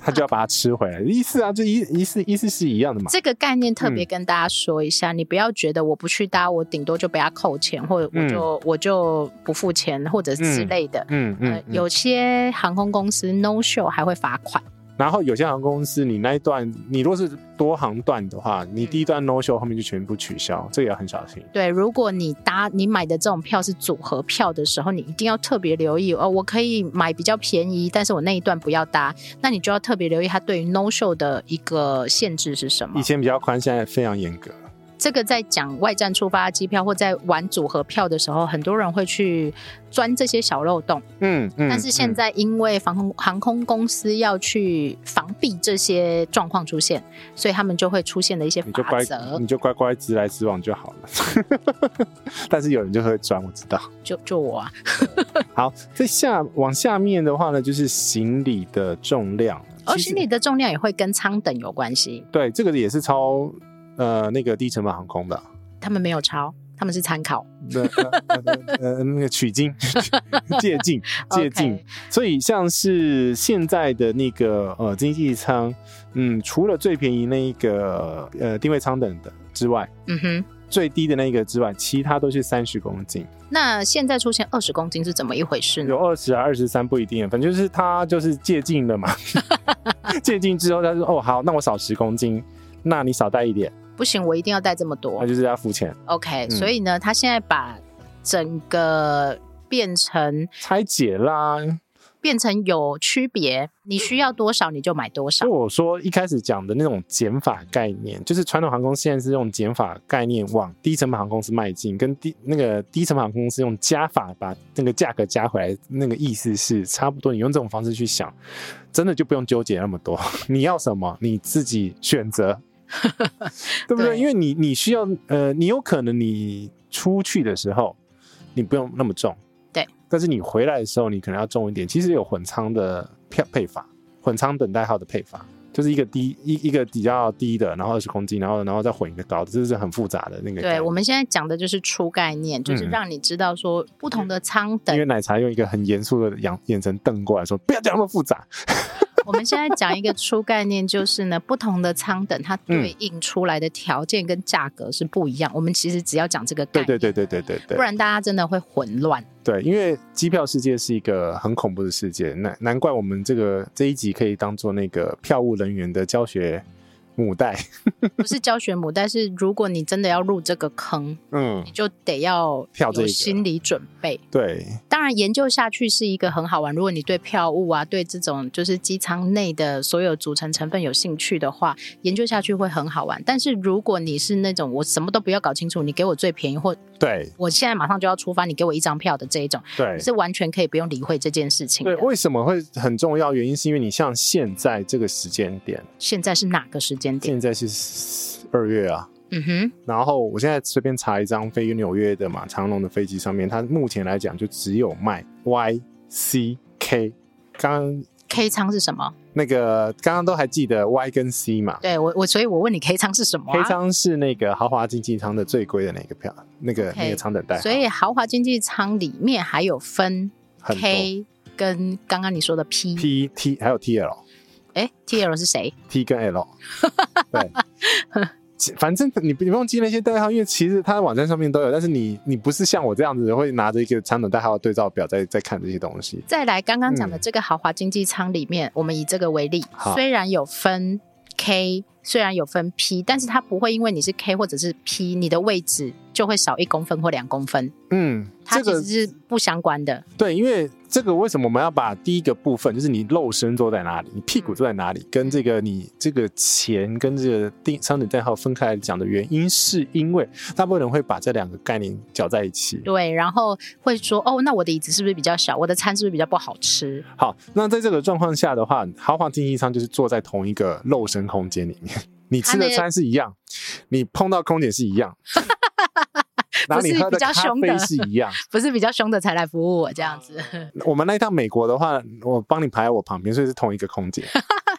他就要把它吃回来，意思啊，就意意思意思是一样的嘛。
这个概念特
嗯
别跟大家说一下，你不要觉得我不去搭，我顶多就被他扣钱，或者我
嗯
就、我就不付钱，或者之类的。
嗯
呃
嗯，，嗯
有些航空公司 no show 还会罚款，
然后有些航空公司，你那一段你如果是多航段的话，你
嗯
第一段 no show 后面就全部取消，这个要很小心。
对，如果你搭你买的这种票是组合票的时候，你一定要特别留意哦。我可以买比较便宜，但是我那一段不要搭，那你就要特别留意它对于 no show 的一个限制是什么
以。前比较宽，现在非常严格。
这个在讲外站出发机票或在玩组合票的时候，很多人会去钻这些小漏洞。
嗯嗯
但是现在因为航空航空公司要去防避这些状况出现，所以他们就会出现的一些
你就
法
乖嗯
则，
你就乖乖直来直往就好了。 (laughs) 但是有人就会钻，我知道。
就就我啊，
好，在下往下面的话呢，就是行李的重量。
而
其实
行李的重量也会跟舱等有关系。
对，这个也是超呃那个低成本航空的，
他们没有抄，他们是参考。
呃呃呃 (laughs) 呃那个取经借镜借镜
OK
所以像是现在的那个呃经济舱，嗯，除了最便宜那一个呃定位舱等的之外，
嗯哼，
最低的那个之外，其他都是三十公斤，
那现在出现二十公斤是怎么一回事呢
有？二十啊二十三不一定，反正就是它就是借镜了嘛，借镜之后他说哦好，那我少十公斤，那你少带一点，
不行，我一定要带这么
那
多。
就是要付钱
OK，、
嗯
所以呢，他现在把整个变成
拆解啦，
变成有区别，你需要多少你就买多少
就。我说一开始讲的那种减法概念，就是传统航空现在是用减法概念往低成本航空公司迈进，跟低那个低成本航空公司用加法把那个价格加回来，那个意思是差不多。你用这种方式去想，真的就不用纠结那么多。 (laughs) 你要什么，你自己选择，对不对？
对
因为你你需要呃，你有可能你出去的时候你不用那么重，
对，
但是你回来的时候你可能要重一点。其实有混仓的票配法，混仓等待号的配法。就是一个低一一个比较低的，然后二十公斤，然后然后再混一个高的，这是很复杂的那个概念。
对，我们现在讲的就是初概念，就是
嗯
让你知道说不同的舱
因为
等。
奶茶用一个很严肃的眼眼神瞪过来说：“不要讲那么复杂。
(laughs) 我们现在讲一个初概念，就是呢，不同的舱等它
嗯
对应出来的条件跟价格是不一样。我们其实只要讲这个”概
对
念，
对对对对对
不
对
然大家真的会混乱。
对，因为机票世界是一个很恐怖的世界，难难怪我们这个这一集可以当做那个票务人员的教学母带。
不是教学母，但是如果你真的要入这个坑，
嗯
你，就得要
跳这
有
个
心理准备。
(laughs) 对，
当然，研究下去是一个很好玩。如果你对票务啊，对这种就是机舱内的所有组成成分有兴趣的话，研究下去会很好玩。但是如果你是那种我什么都不要搞清楚，你给我最便宜，或
对
我现在马上就要出发，你给我一张票的这一种，
对
你是完全可以不用理会这件事情
对，
的。
为什么会很重要？原因是因为你像现在这个时间点，
现在是哪个时间点？
现在是二月啊，
嗯哼，
然后我现在随便查一张飞纽约的嘛，长龙的飞机上面，它目前来讲就只有卖 Y C K。刚刚
K 舱是什么？
那个刚刚都还记得 Y 跟 C 嘛、
对我我，所以我问你 K 舱是什么、啊、
黑舱是那个豪华经济舱的最贵的那个票，那个
OK，
那个舱等待号，
所以豪华经济舱里面还有分
很多
K 跟刚刚你说的 P，
P T 还有 T L
哎，T L 是谁？
T 跟 L，对。其反正你你不用记那些代号，因为其实它的网站上面都有，但是你你不是像我这样子会拿着一个舱等代号的对照表在在看这些东西。
再来，刚刚讲的这个豪华经济舱里面，我们以这个为例
嗯好，
虽然有分 K，虽然有分 P，但是它不会因为你是 K 或者是 P，你的位置就会少一公分或两公分，
嗯，
它
这
其
个
实是不相关的。
对，因为这个为什么我们要把第一个部分，就是你肉身坐在哪里，你屁股坐在哪里，跟这个你这个钱跟这个定商品代号分开来讲的原因，是因为大部分人会把这两个概念搅在一起。
对，然后会说，哦，那我的椅子是不是比较小？我的餐是不是比较不好吃？
好，那在这个状况下的话，豪华经济舱就是坐在同一个肉身空间里面， (laughs) 你吃的餐是一样，你碰到空姐是一
(laughs)
样，然后你
不是
喝
比
的
较
咖
凶的
啡是一样。
不是比较凶的才来服务我这样子。
我们那一趟美国的话，我帮你排在我旁边，所以是同一个空
(laughs)
姐，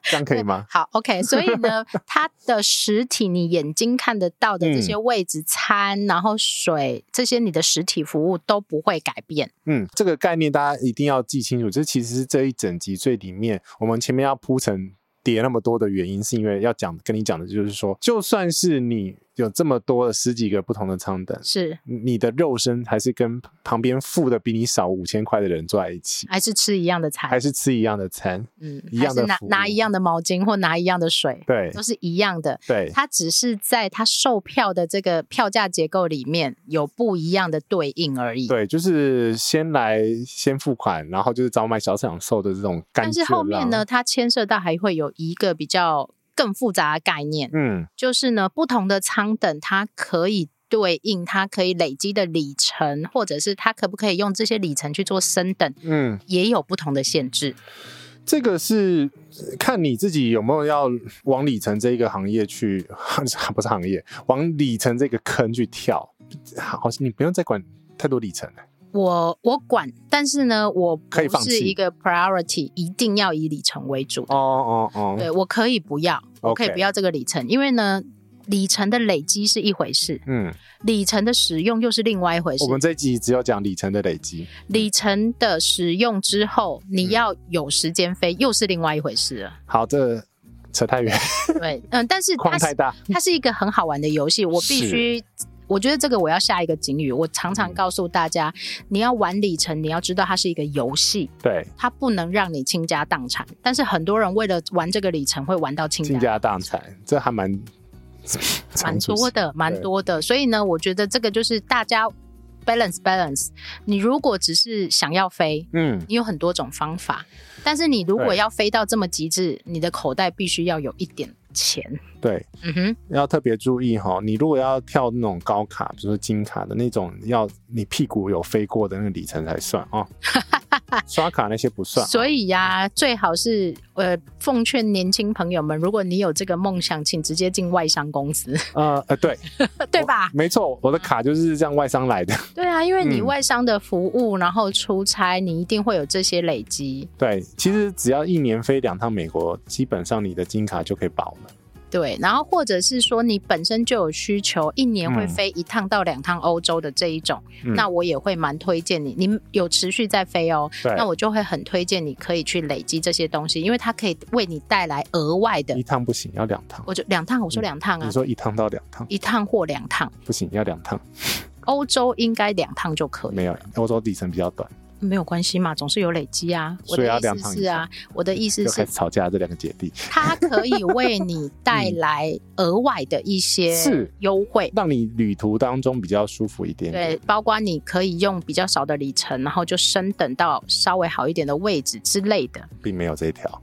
这样可以吗？
好，OK，所以
(laughs)
呢，它的实体你眼睛看得到的这些
嗯
位置、餐，然后水这些你的实体服务都不会改变。
嗯，这个概念大家一定要记清楚。这其实是这一整集最里面，我们前面要铺成叠那么多的原因，是因为要讲跟你讲的就是说，就算是你有这么多的十几个不同的舱等，
是，
你的肉身还是跟旁边付的比你少五千块的人坐在一起，
还是吃一样的
还
餐，
是吃一样的餐，
嗯，
一
还
样的
是拿
服务
拿一样的毛巾或拿一样的水，
对
都是一样的。
对
它只是在它售票的这个票价结构里面有不一样的对应而已。
对，就是先来先付款，然后就是找买小享受的这种感
但
觉。
是后面呢，？它牵涉到还会有一个比较更复杂的概念，
嗯，
就是呢，不同的舱等它可以对应它可以累积的里程，或者是它可不可以用这些里程去做升等，
嗯，
也有不同的限制。
这个是呃看你自己有没有要往里程这一个行业去， (laughs) 不是行业，往里程这个坑去跳。好，你不用再管太多里程了。
我我管，但是呢，我
可以
不
放弃
是一个 priority，一定要以里程为主的。
哦哦哦，
对，我可以不要，我可以
OK
不要这个里程，因为呢，里程的累积是一回事，
嗯，
里程的使用又是另外一回事
我。们这一集只有讲里程的累积。
里程的使用之后，
嗯
你要有时间飞，又是另外一回事
(laughs)
了。
好，这扯
(laughs)
太远，
对，嗯，但是
框
它
太
是
大。
它是一个很好玩的游戏，我必须。我觉得这个我要下一个警语，我常常告诉大家，你要玩里程，你要知道它是一个游戏，
对，
它不能让你倾家荡产。但是很多人为了玩这个里程，会玩到倾
倾
家
家荡产，这
(laughs)
还蛮常
蛮
出
多
现。
的，蛮
对
多的。所以呢，我觉得这个就是大家 balance balance。你如果只是想要飞，
嗯，
你有很多种方法，但是你如果
对
要飞到这么极致，你的口袋必须要有一点钱。
对，
嗯哼，
要特别注意哈。你如果要跳那种高
(laughs)
卡，比如说金卡的那种，要你屁股有飞过的那个里程才算哦。刷卡那些不算。啊
所以呀、最好是呃，奉劝年轻朋友们，如果你有这个梦想，请直接进外商公司， (laughs)
呃呃，对，
对吧？
没错，我的卡就是这样外商来的。
对啊，因为你
哦嗯
外商的服务，然后出差，你一定会有这些累积。
对，其实只要一年飞两趟美国，基本上你的金卡就可以保了。
对，然后或者是说你本身就有需求，一年会
嗯
飞一趟到两趟欧洲的这一种，
嗯
那我也会蛮推荐你。你有持续在飞哦，
对，
那我就会很推荐你可以去累积这些东西，因为它可以为你带来额外的
一。趟不行，要两趟。
我就两趟，我说两趟啊
嗯你，说一趟到两趟
一趟或两趟，
不行，要两趟，
欧洲应该两趟就可以，
没有欧洲里程比较短，
没有关系嘛，总是有累积啊。我
所以要
的
两
意
趟
思
以
是啊，我的意思
就是开始吵架。这两个姐弟
它可以为你带来额外的一些
(laughs) 是嗯
优惠。
让你旅途当中比较舒服一点
对
点。，
包括你可以用比较少的里程，然后就升等到稍微好一点的位置之类的，
并没有这一条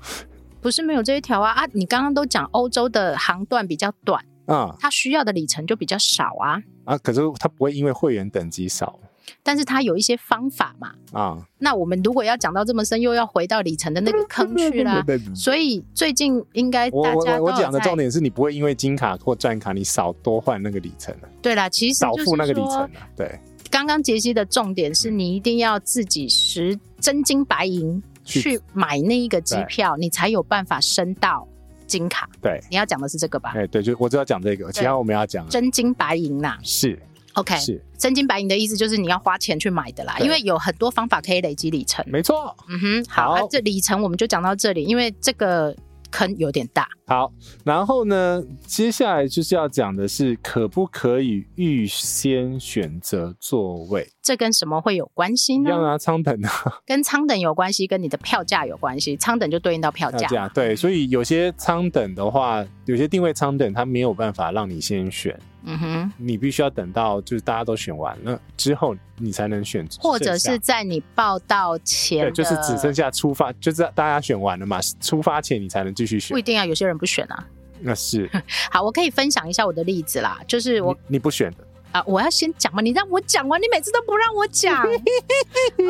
不是没有这一条啊啊！你刚刚都讲欧洲的航段比较短，
啊
它需要的里程就比较少啊，
啊！可是他不会因为会员等级少
但是它有一些方法嘛。
啊，
那我们如果要讲到这么深，又要回到里程的那
(laughs)
个坑去啦。
对对对
所以最近应该
我
大
我
家
我
都有
我讲的
在
重点是你不会因为金卡或钻卡你少多换那个里程啊，
对啦，其实
少
就是
付那个里程嗯
说，
啊。对，
刚刚杰西的重点是你一定要自己实真金白银
去
去买那一个机票，你才有办法升到金卡。
对，
你要讲的是这个吧？
哎对，就我只要讲这个，其他我们要讲
真金白银呐、
是
OK，嗯
是
真金白银的意思就是你要花钱去买的啦，
对
因为有很多方法可以累积里程。
没错。
嗯哼，好，
好
啊这里程我们就讲到这里，因为这个坑有点大。
好，然后呢，接下来就是要讲的是可不可以预先选择座位，
这跟什么会有关系
一
呢？
样啊，舱等啊，
跟舱等有关系，跟你的票价有关系。舱等就对应到票
要
价。
这样对，所以有些舱等的话，有些定位舱等它没有办法让你先选，
嗯哼，
你必须要等到就是大家都选完了之后，你才能选，
或者
剩
是
下
在你报到前的，
对，就是只剩下出发，就是大家选完了嘛，出发前你才能继续选
不一，定啊，有些人不选啊。
那是
好，我可以分享一下我的例子啦，就是 (laughs) 我
你你不选的，
啊、我要先讲嘛，你让我讲完，你每次都不让我讲。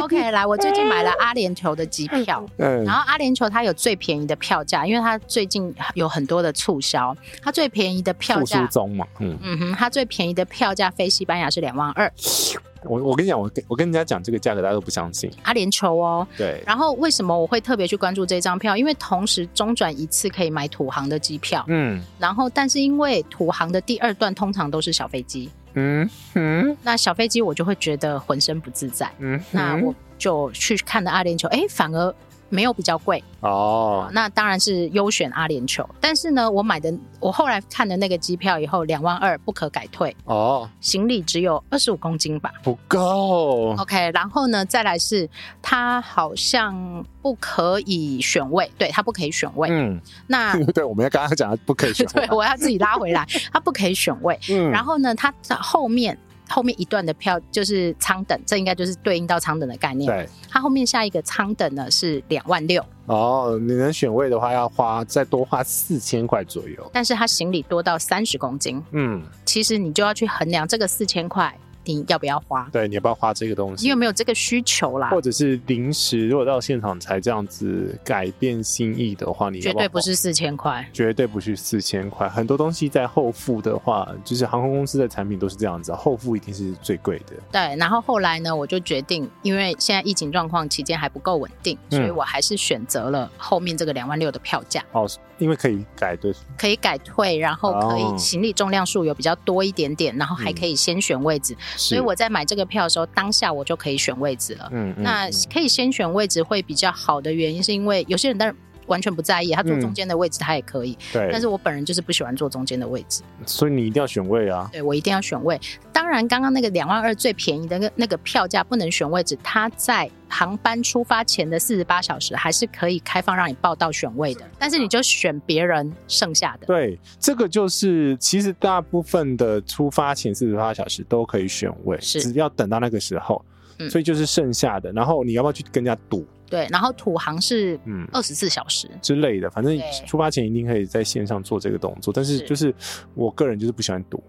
OK，来，我最近买了阿联酋的机票，
嗯
然，后阿联酋它有最便宜的票价，因为它最近有很多的促销，它最便宜的票
复苏
价。
中嘛，嗯。
嗯哼，它最便宜的票价飞西班牙是两万二，
我我跟你讲，我跟我跟人家讲这个价格，大家都不相信。
阿联酋哦，
对，
然后为什么我会特别去关注这张票？因为同时中转一次可以买土航的机票，
嗯
然后但是因为土航的第二段通常都是小飞机，
嗯嗯
那小飞机我就会觉得浑身不自在，
嗯，
那我就去看了阿联酋，哎，反而。没有比较贵，
哦，
那当然是优选阿联酋。但是呢，我买的我后来看的那个机票以后，两万二不可改退，
哦，
行李只有二十五公斤吧。
不够，
OK，然后呢，再来是它好像不可以选位，对，它不可以选位。
嗯， (laughs)
那
对，我们要刚刚讲的不可以选
(laughs) 对，我要自己拉回
(laughs)
来，它不可以选位。
嗯
然后呢，它的后面后面一段的票就是舱等，这应该就是对应到舱等的概念。
对，
它后面下一个舱等呢是两万六，
哦，你能选位的话，要花再多花四千块左右，
但是它行李多到三十公斤，
嗯，
其实你就要去衡量这个四千块你要不要花，
对，你要不要花这个东
你
西
有？没有这个需求啦
或？者是临时，如果到现场才这样子改变心意的话，你
绝
要要
对不
花，
是四千块。
绝对不是四千块。很多东西在后付的话，就是航空公司的产品都是这样子，后付一定是最贵的。
对，然后后来呢，我就决定，因为现在疫情状况期间还不够稳定，所以
嗯
我还是选择了后面这个两万六的票价。
哦，因为可以改对，
可以改退，然后可以
哦嗯
行李重量数有比较多一点点，然后还可以先选位置。所
所
以我在买这个票的时候，当下我就可以选位置了。
嗯，嗯
那
嗯
可以先选位置会比较好的原因，是因为有些人当然完全不在意，他坐中间的位置他也可以，
嗯对，
但是我本人就是不喜欢坐中间的位置，
所以你一定要选位啊，
对我一定要选位。当然，刚刚那个两万二最便宜的那个那个票价不能选位置，它在航班出发前的四十八小时还是可以开放让你报到选位的，但是你就选别人剩下的。
对，这个就是其实大部分的出发前四十八小时都可以选位，
是
只要等到那个时候。
嗯
所以就是剩下的，然后你要不要去跟人家赌？
对，然后土航是
嗯
二十四小时，
之类的，反正
对
出发前一定可以在线上做这个动作，但是
是
就是我个人就是不喜欢赌，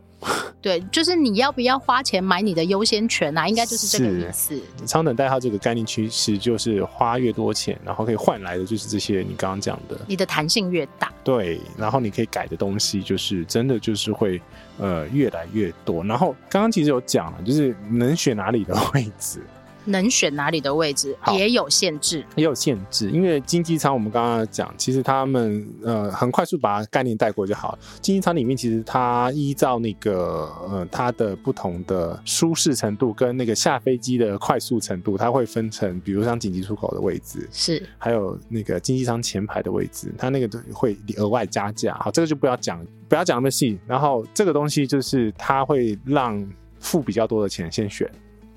对，就是你要不要花钱买你的优先权啊？应该就是这个
是
意思。
超等代号这个概念其实就是花越多钱，然后可以换来的就是这些你刚刚讲的，
你的弹性越大，
对，然后你可以改的东西就是真的就是会呃越来越多。然后刚刚其实有讲了，就是能选哪里的 (laughs) 位置
能选哪里的位置
好
也有限制。
也有限制，因为经济舱我们刚刚讲，其实他们呃很快速把概念带过就好了。经济舱里面其实它依照那个呃它的不同的舒适程度跟那个下飞机的快速程度，它会分成，比如像紧急出口的位置，
是
还有那个经济舱前排的位置，它那个都会额外加价。好，这个就不要讲，不要讲那么细。然后这个东西就是它会让付比较多的钱先选，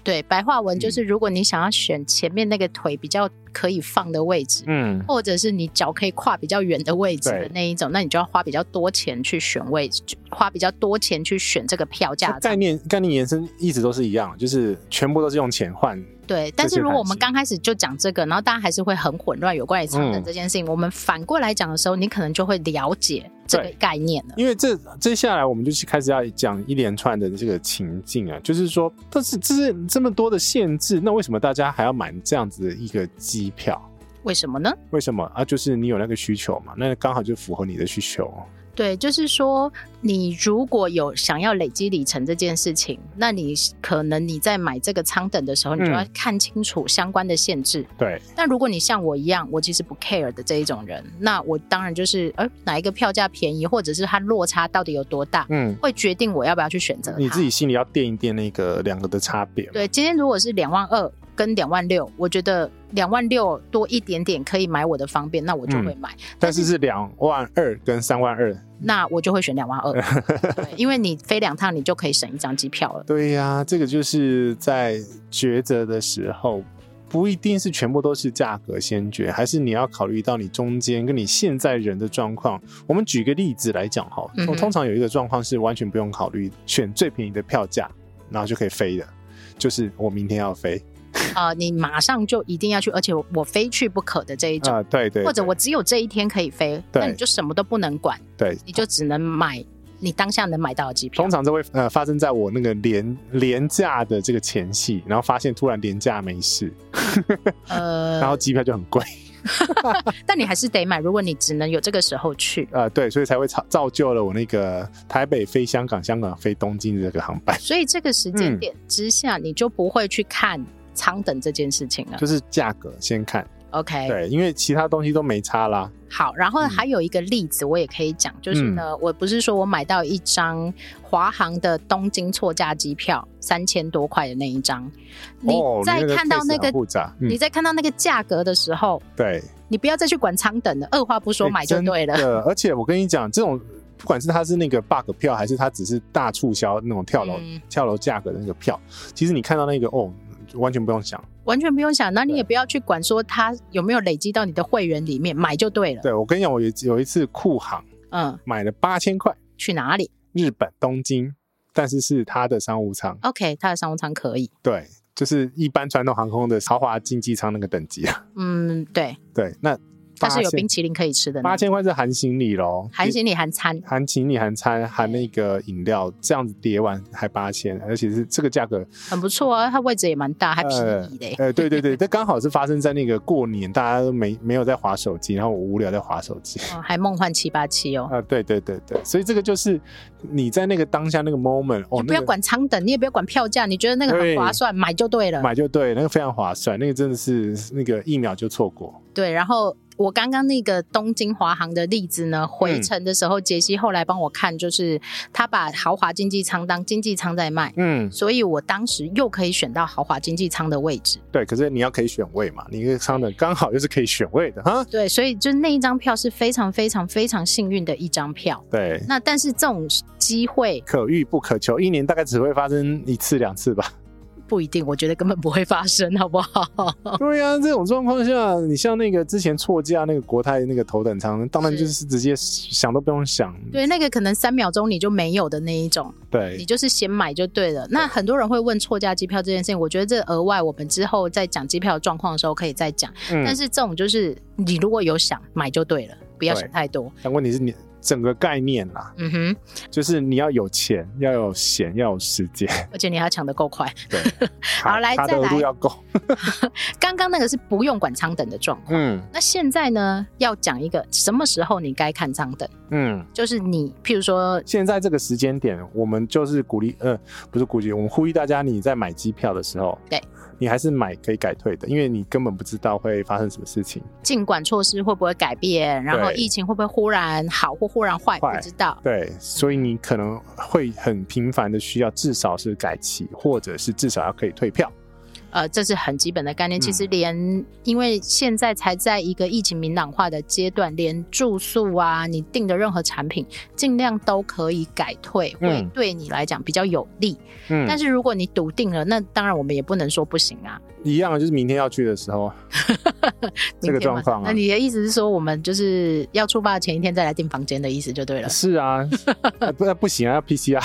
对白话文
嗯
就是，如果你想要选前面那个腿比较可以放的位置，
嗯，
或者是你脚可以跨比较远的位置
对
的那一种，那你就要花比较多钱去选位置，就花比较多钱去选这个票价
概念概念延伸一直都是一样，就是全部都是用钱换。
对，但是
这些
如果我
弹
们
性
刚开始就讲这个，然后大家还是会很混乱有关于长
嗯
等这件事情。我们反过来讲的时候，你可能就会了解这个
对
概念了。
因为这接下来我们就去开始要讲一连串的这个情境啊，就是说，但是这是这么多的限制，那为什么大家还要买这样子的一个机票？
为什么呢？
为什么啊？就是你有那个需求嘛，那刚好就符合你的需求。
对，就是说，你如果有想要累积里程这件事情，那你可能你在买这个舱等的时候，你就要
嗯
看清楚相关的限制。
对，
但如果你像我一样，我其实不 care 的这一种人，那我当然就是，呃，哪一个票价便宜，或者是它落差到底有多大，
嗯，
会决定我要不要去选择它。
你自己心里要垫一垫那个两个的差别。，
对，今天如果是两万二跟两万六，我觉得两万六多一点点可以买我的方便，那我
嗯
就会买，
但是是两万二跟三万二。
那我就会选两万
(laughs)
二，对因为你飞两趟你就可以省一张机票了。
对呀、这个就是在抉择的时候，不一定是全部都是价格先决，还是你要考虑到你中间跟你现在人的状况。我们举个例子来讲哈，
嗯
我
哼
通常有一个状况是完全不用考虑，选最便宜的票价，然后就可以飞的，就是我明天要飞
啊、你马上就一定要去，而且我我非去不可的这一种，
啊、对对，
或者我只有这一天可以飞，
对
那你就什么都不能管，
对。
你就只能买你当下能买到的机票
通。常这会呃发生在我那个廉廉价的这个前戏，然后发现突然廉价没事，然
呃
后，机票就很贵，
但你还是得买，如果你只能有这个时候去。
呃，对，所以才会造造就了我那个台北飞香港、香港飞东京的这个航班，
所以这个时
嗯
间点之下，你就不会去看舱等这件事情了。
就是价格先看，
OK，
对，因为其他东西都没差啦，
好，然
嗯
后还有一个例子我也可以讲，就是呢，我不是说我买到一张华航的东京错价机票，三千多块的那一张，你
哦，
在
那个
看到
case
那
很
个，
复杂，
你
嗯，
在看到那个价格的时候，
对，
你不要再去管舱等了，二话不说
欸
买就对了。
真的而且我跟你讲，这种不管是它是那个 bug 票，还是它只是大促销那种跳楼、
嗯
跳楼价格的那个票，其实你看到那个哦，完全不用想。
完全不用想，那你也不要去管说它有没有累积到你的会员里面，买就对了。
对我跟你讲，我有一有一次酷航
嗯，
买了八千块，
去哪里
日本东京，但是是它的商务舱。
？OK，它的商务舱可以。
对，就是一般传统航空的豪华经济舱那个等级啊。 (laughs)
嗯，对，
对，那
它是有
8000
冰淇淋可以吃的那种，
八千块是含行李喽，
含行李含餐。
含行李含餐含那个饮料，这样子叠完还八千，而且是这个价格，
很不错啊，它位置也蛮大，还便宜的耶、
呃，对对对，这刚好是发生在那个过年，大家都没没有在划手机，然后我无聊在划手机。 (laughs)
哦，还梦幻七八七哦。
啊、对对对对，所以这个就是你在那个当下那个 moment，哦，
你不要
那个
管舱等，你也不要管票价，你觉得那个很划算，买就对了。
买就对，那个非常划算，那个真的是那个一秒就错过。
对，然后我刚刚那个东京华航的例子
嗯
呢，回程的时候，杰西后来帮我看，就是他把豪华经济舱当经济舱在卖，
嗯，
所以我当时又可以选到豪华经济舱的位置。
对，可是你要可以选位嘛，你一个商人刚好就是可以选位的哈。
对，所以就是那一张票是非常非常非常幸运的一张票。
对，
那但是这种机会
可遇不可求，一年大概只会发生一次两次吧。
不一定，我觉得根本不会发生，好不
(laughs)
好？
对呀、这种状况下，你像那个之前错价那个国泰那个头等舱，当然就是直接想都不用想。
对，那个可能三秒钟你就没有的那一种，你
对，
就是先买就对了。那很多人会问错价机票这件事情，我觉得这额外我们之后在讲机票状况的时候可以再讲。
嗯
但是这种就是你如果有想买就对了，不要
对
想太多。
但问题是你整个概念啦，
嗯哼，
就是你要有钱，要有闲，要有时间，
而且你还要抢得够快。
对，
(laughs) 好来
他的
再
额
来
度要够，
刚刚那个是不用管舱等的状况。
嗯
那现在呢，要讲一个什么时候你该看舱等，
嗯。
就是你，譬如说，
现在这个时间点，我们就是鼓励，呃，不是鼓励，我们呼吁大家，你在买机票的时候，
对，
你还是买可以改退的，因为你根本不知道会发生什么事情。
尽管措施会不会改变，然后
对
疫情会不会忽然好或忽然坏，
坏
不知道。
对，所以你可能会很频繁的需要，至少是改期，或者是至少要可以退票。
呃，这是很基本的概念。
嗯
其实连、因为现在才在一个疫情明朗化的阶段，连住宿啊，你订的任何产品，尽量都可以改退，
嗯
会对你来讲比较有利。
嗯，
但是如果你笃定了，那当然我们也不能说不行啊。
一样就是明天要去的时候，这
明
个
天
状
嘛
况啊
那，你的意思是说，我们就是要出发的前一天再来订房间的意思就对了。
是
(laughs)
啊，呃不不行啊，要 PCR，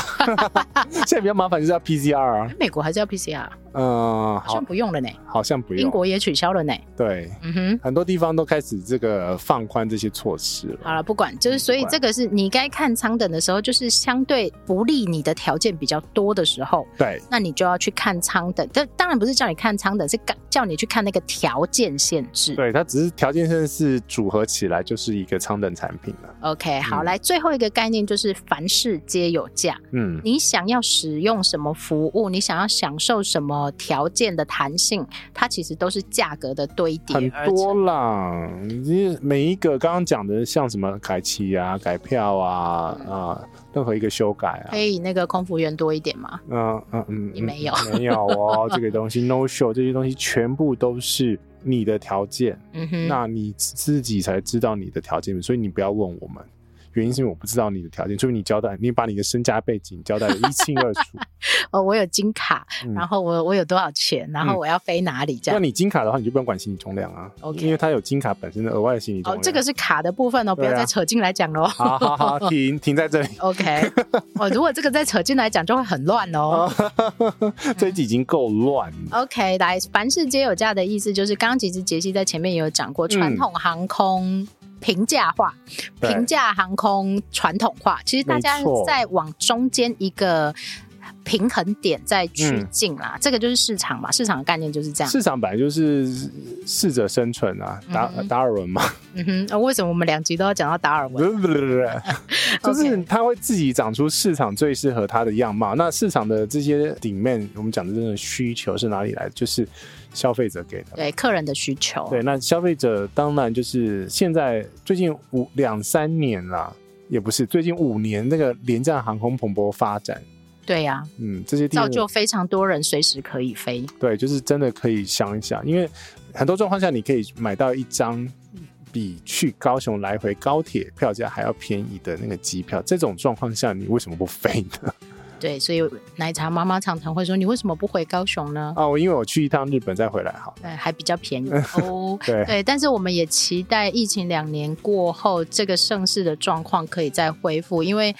现在比较麻烦就是要 PCR 啊，
美国还是要 PCR，
嗯，
好
好
像，不用了呢。
好像不
英
用，
国也取消了呢。
对，
嗯哼，
很多地方都开始这个放宽这些措施了。
好了，不管，就是所以
嗯不管
这个是你该看舱等的时候，就是相对不利你的条件比较多的时候，
对，
那你就要去看舱等。但当然不是叫你看舱等，是干叫你去看那个条件限制。
对，它只是条件甚是组合起来就是一个舱等产品了。
OK，好，
嗯
来最后一个概念就是凡事皆有价。
嗯，
你想要使用什么服务，你想要享受什么条件的弹性，它其实都是价格的堆叠
很
而
多
成。
啦，你每一个刚刚讲的，像什么改期啊、改票啊啊、任何一个修改啊
可，以那个空服员多一点吗？
嗯嗯嗯，
你没有
嗯没有
(laughs)
哦，这个东西 no show 这些东西全部都是你的条件，
嗯哼，
那你自己才知道你的条件，所以你不要问我们。原因是因为我不知道你的条件，除非你交代，你把你的身家背景交代的一清二楚。
哦，我有金卡，
嗯
然后我我有多少钱，然后我要飞哪里这
那
样。
你金卡的话，你就不用管行李重量啊
OK
因为它有金卡本身的额外的行李重
哦
量。，
这个是卡的部分哦，不
对啊
要再扯进来讲喽。
好好好，停停在这里。 (laughs)
OK，哦，如果这个再扯进来讲，就会很乱哦。
这一集已经够乱了。
OK，来，凡事皆有价的意思就是，刚刚其实杰西在前面也有讲过，传统航空平价化，
嗯对
平价航空传统化，其实大家
没错
在往中间一个平衡点在趋
嗯
近啦。这个就是市场嘛，市场的概念就是这样。
市场本来就是适者生存啊，达
嗯
达尔文嘛，
嗯哼、呃为什么我们两集都要讲到达尔
不
文？
是不是不是，不是就是它会自己长出市场最适合它的样貌。那市场的这些里面，我们讲的这种需求是哪里来的？就是消费者给的。
对客人的需求，
对，那消费者当然就是现在最近五两三年啦，也不是最近五年那个廉价航空蓬勃发展，
对呀、
嗯，这些地
造
方
就非常多人随时可以飞。
对，就是真的可以想一想，因为很多状况下你可以买到一张比去高雄来回高铁票价还要便宜的那个机票，这种状况下你为什么不飞呢？ (laughs)
对，所以奶茶妈妈常常会说：“你为什么不回高雄呢？”
啊，我因为我去一趟日本再回来好了。
对，还比较便宜哦。
嗯对
对，但是我们也期待疫情两年过后，这个盛世的状况可以再恢复，因为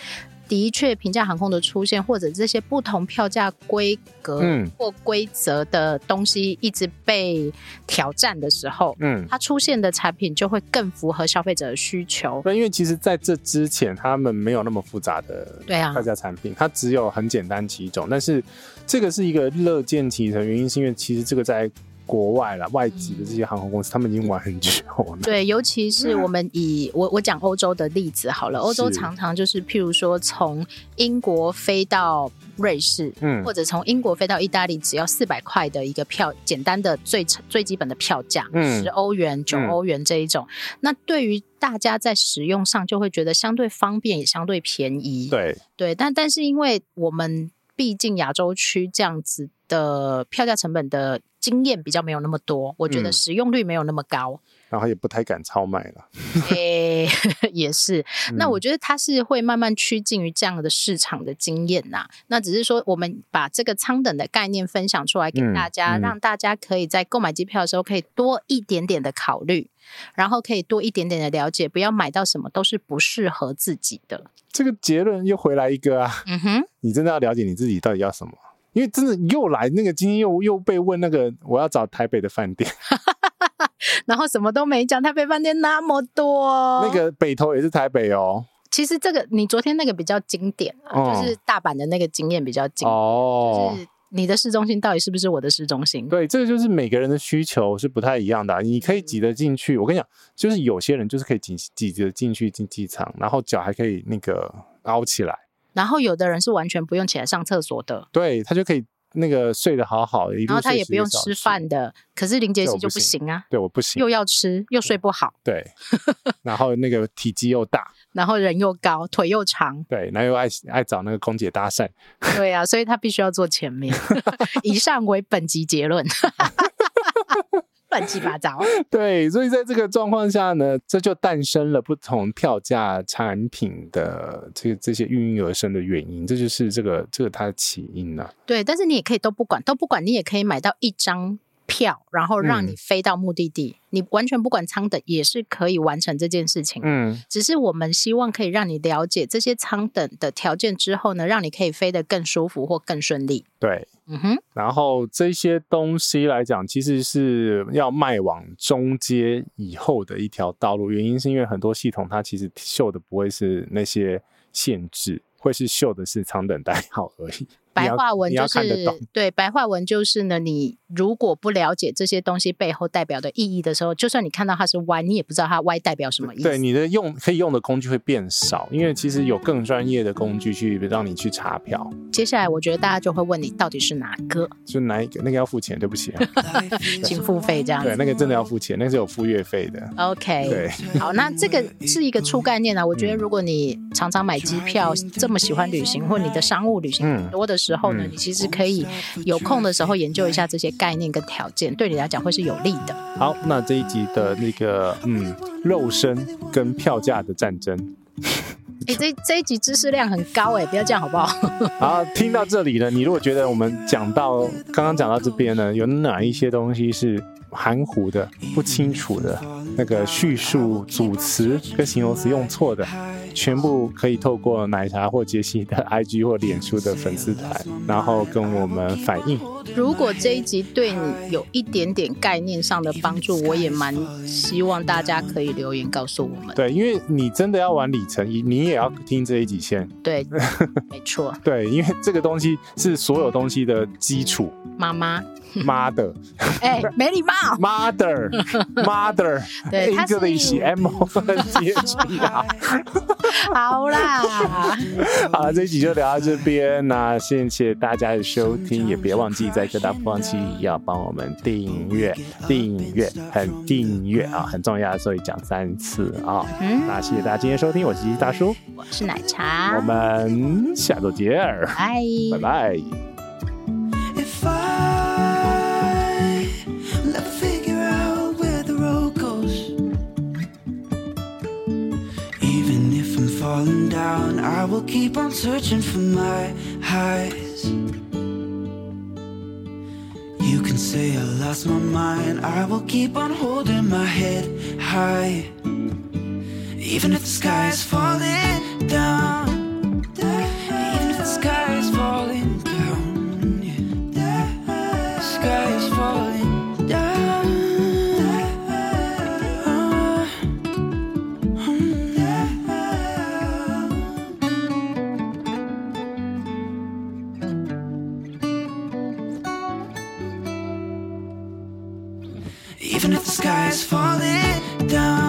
的确平价航空的出现，或者这些不同票价规格
嗯
或规则的东西一直被挑战的时候，
嗯，
它出现的产品就会更符合消费者的需求。
对，因为其实在这之前他们没有那么复杂的
对啊
票，价产品，它只有很简单几种。但是这个是一个乐见其成，原因是因为其实这个在国外啦，外籍的这些航空公司他们已经玩很久了。
对，尤其是我们以我我讲欧洲的例子好了，欧洲
是
常常就是譬如说从英国飞到瑞士，
嗯
或者从英国飞到意大利，只要四百块的一个票，简单的最最基本的票价，
嗯
十欧元、九
嗯
欧元这一种，那对于大家在使用上就会觉得相对方便，也相对便宜。
对，
对，但但是因为我们毕竟亚洲区这样子的票价成本的经验比较没有那么多，我觉得
嗯
使用率没有那么高。
然后也不太敢超卖了。嗯
诶、对， (laughs) 也是。那我觉得它是会慢慢趋近于这样的市场的经验呐、那只是说我们把这个舱等的概念分享出来给
嗯
大家，
嗯
让大家可以在购买机票的时候可以多一点点的考虑，然后可以多一点点的了解，不要买到什么都是不适合自己的。
这个结论又回来一个啊，
嗯哼，
你真的要了解你自己到底要什么。因为真的又来那个，今天又又被问那个，我要找台北的饭店，
然后什么都没讲，台北饭店那么多，
那个北投也是台北哦，
其实这个你昨天那个比较经典啊，
哦
就是大阪的那个经验比较经典，
哦，
就是你的市中心到底是不是我的市中心？
对，这个就是每个人的需求是不太一样的啊、你可以
嗯
挤得进去。我跟你讲，就是有些人就是可以挤挤得进去经济舱，然后脚还可以那个凹起来，
然后有的人是完全不用起来上厕所的，
对他就可以那个睡得好好的，一路
然后他
睡
也
10
不用
个小
吃
时
饭。的，可是林杰
这
西
我
就
不
不
行
行啊，
对，我不行
又。要吃又睡不好， (laughs)
对，然后那个体积又大，，
然后人又高，腿又长
(laughs) 对，然后又爱爱找那个空姐搭讪，
对啊，所以他必须要坐前面。
(laughs)
以上为本集结论， (laughs) 乱七八糟。
对，所以在这个状况下呢，这就诞生了不同票价产品的这这些孕育而生的原因，这就是这个这个它的起因呢、啊
对，但是你也可以都不管，都不管，你也可以买到一张票，然后让你
嗯
飞到目的地，你完全不管舱等也是可以完成这件事情。
嗯，
只是我们希望可以让你了解这些舱等的条件之后呢，让你可以飞得更舒服或更顺利。
对。
嗯哼，
然后这些东西来讲，其实是要迈往中阶以后的一条道路。原因是因为很多系统它其实秀的不会是那些限制，会是秀的是长等代号而已。你
白
要
话文
你
就
要看得
是
懂，
对白话文就是呢，你如果不了解这些东西背后代表的意义的时候，就算你看到它是 Y，你也不知道它 Y 代表什么意思。
对你的用可以用的工具会变少，因为其实有更专业的工具去让你去查票，
接下来我觉得大家就会问你到底是哪个，
就哪一个那个要付钱，对不起啊、
请付费这样
对，
子。
那个真的要付钱，那个是有付月费的。
OK，
对，
好，那这个是一个初概念啊。我觉得如果你常常买机票，这么喜欢旅行，或你的商务旅行
嗯
很多的时候呢，
嗯
你其实可以有空的时候研究一下这些概念跟条件，对你来讲会是有利的。
好，那这一集的那个嗯，肉身跟票价的战争。
哎，这这一集知识量很高哎、不要这样好不好？ (laughs)
好，听到这里呢，你如果觉得我们讲到刚刚讲到这边呢，有哪一些东西是含糊的、不清楚的，那个叙述组词跟形容词用错的，全部可以透过奶茶或杰西的 (laughs) IG 或脸书的粉丝团，然后跟我们反映。
如果这一集对你有一点点概念上的帮助，我也蛮希望大家可以留言告诉我们。
对，因为你真的要玩里程，你你也要听这一集先。 (laughs)
对，没错，
对，因为这个东西是所有东西的基础。
妈妈，
妈的
哎、没礼貌。 (laughs)
，mother，mother，哎
对它
这里
是
写 M
(laughs)
O N T H E R。
好啦，
(laughs)
(laughs)
好了，这一集就聊到这边，那谢谢大家的收听，也别忘记在各大播放器要帮我们订阅、订阅、很订阅啊，很重要，所以讲三次啊。
嗯
那谢谢大家今天收听，我是大叔，
我是奶茶，
我们下周见，
拜
拜拜。
If I never figure out where the road goes, even if I'm falling down, I will keep on searching for my highs. You can say I lost my mind, I will keep on holding my head high. Even if the sky is falling down. Even if the sky is falling down, yeah. sky is falling down. Ah, mm. Even if the sky is falling down. Ah, hmm.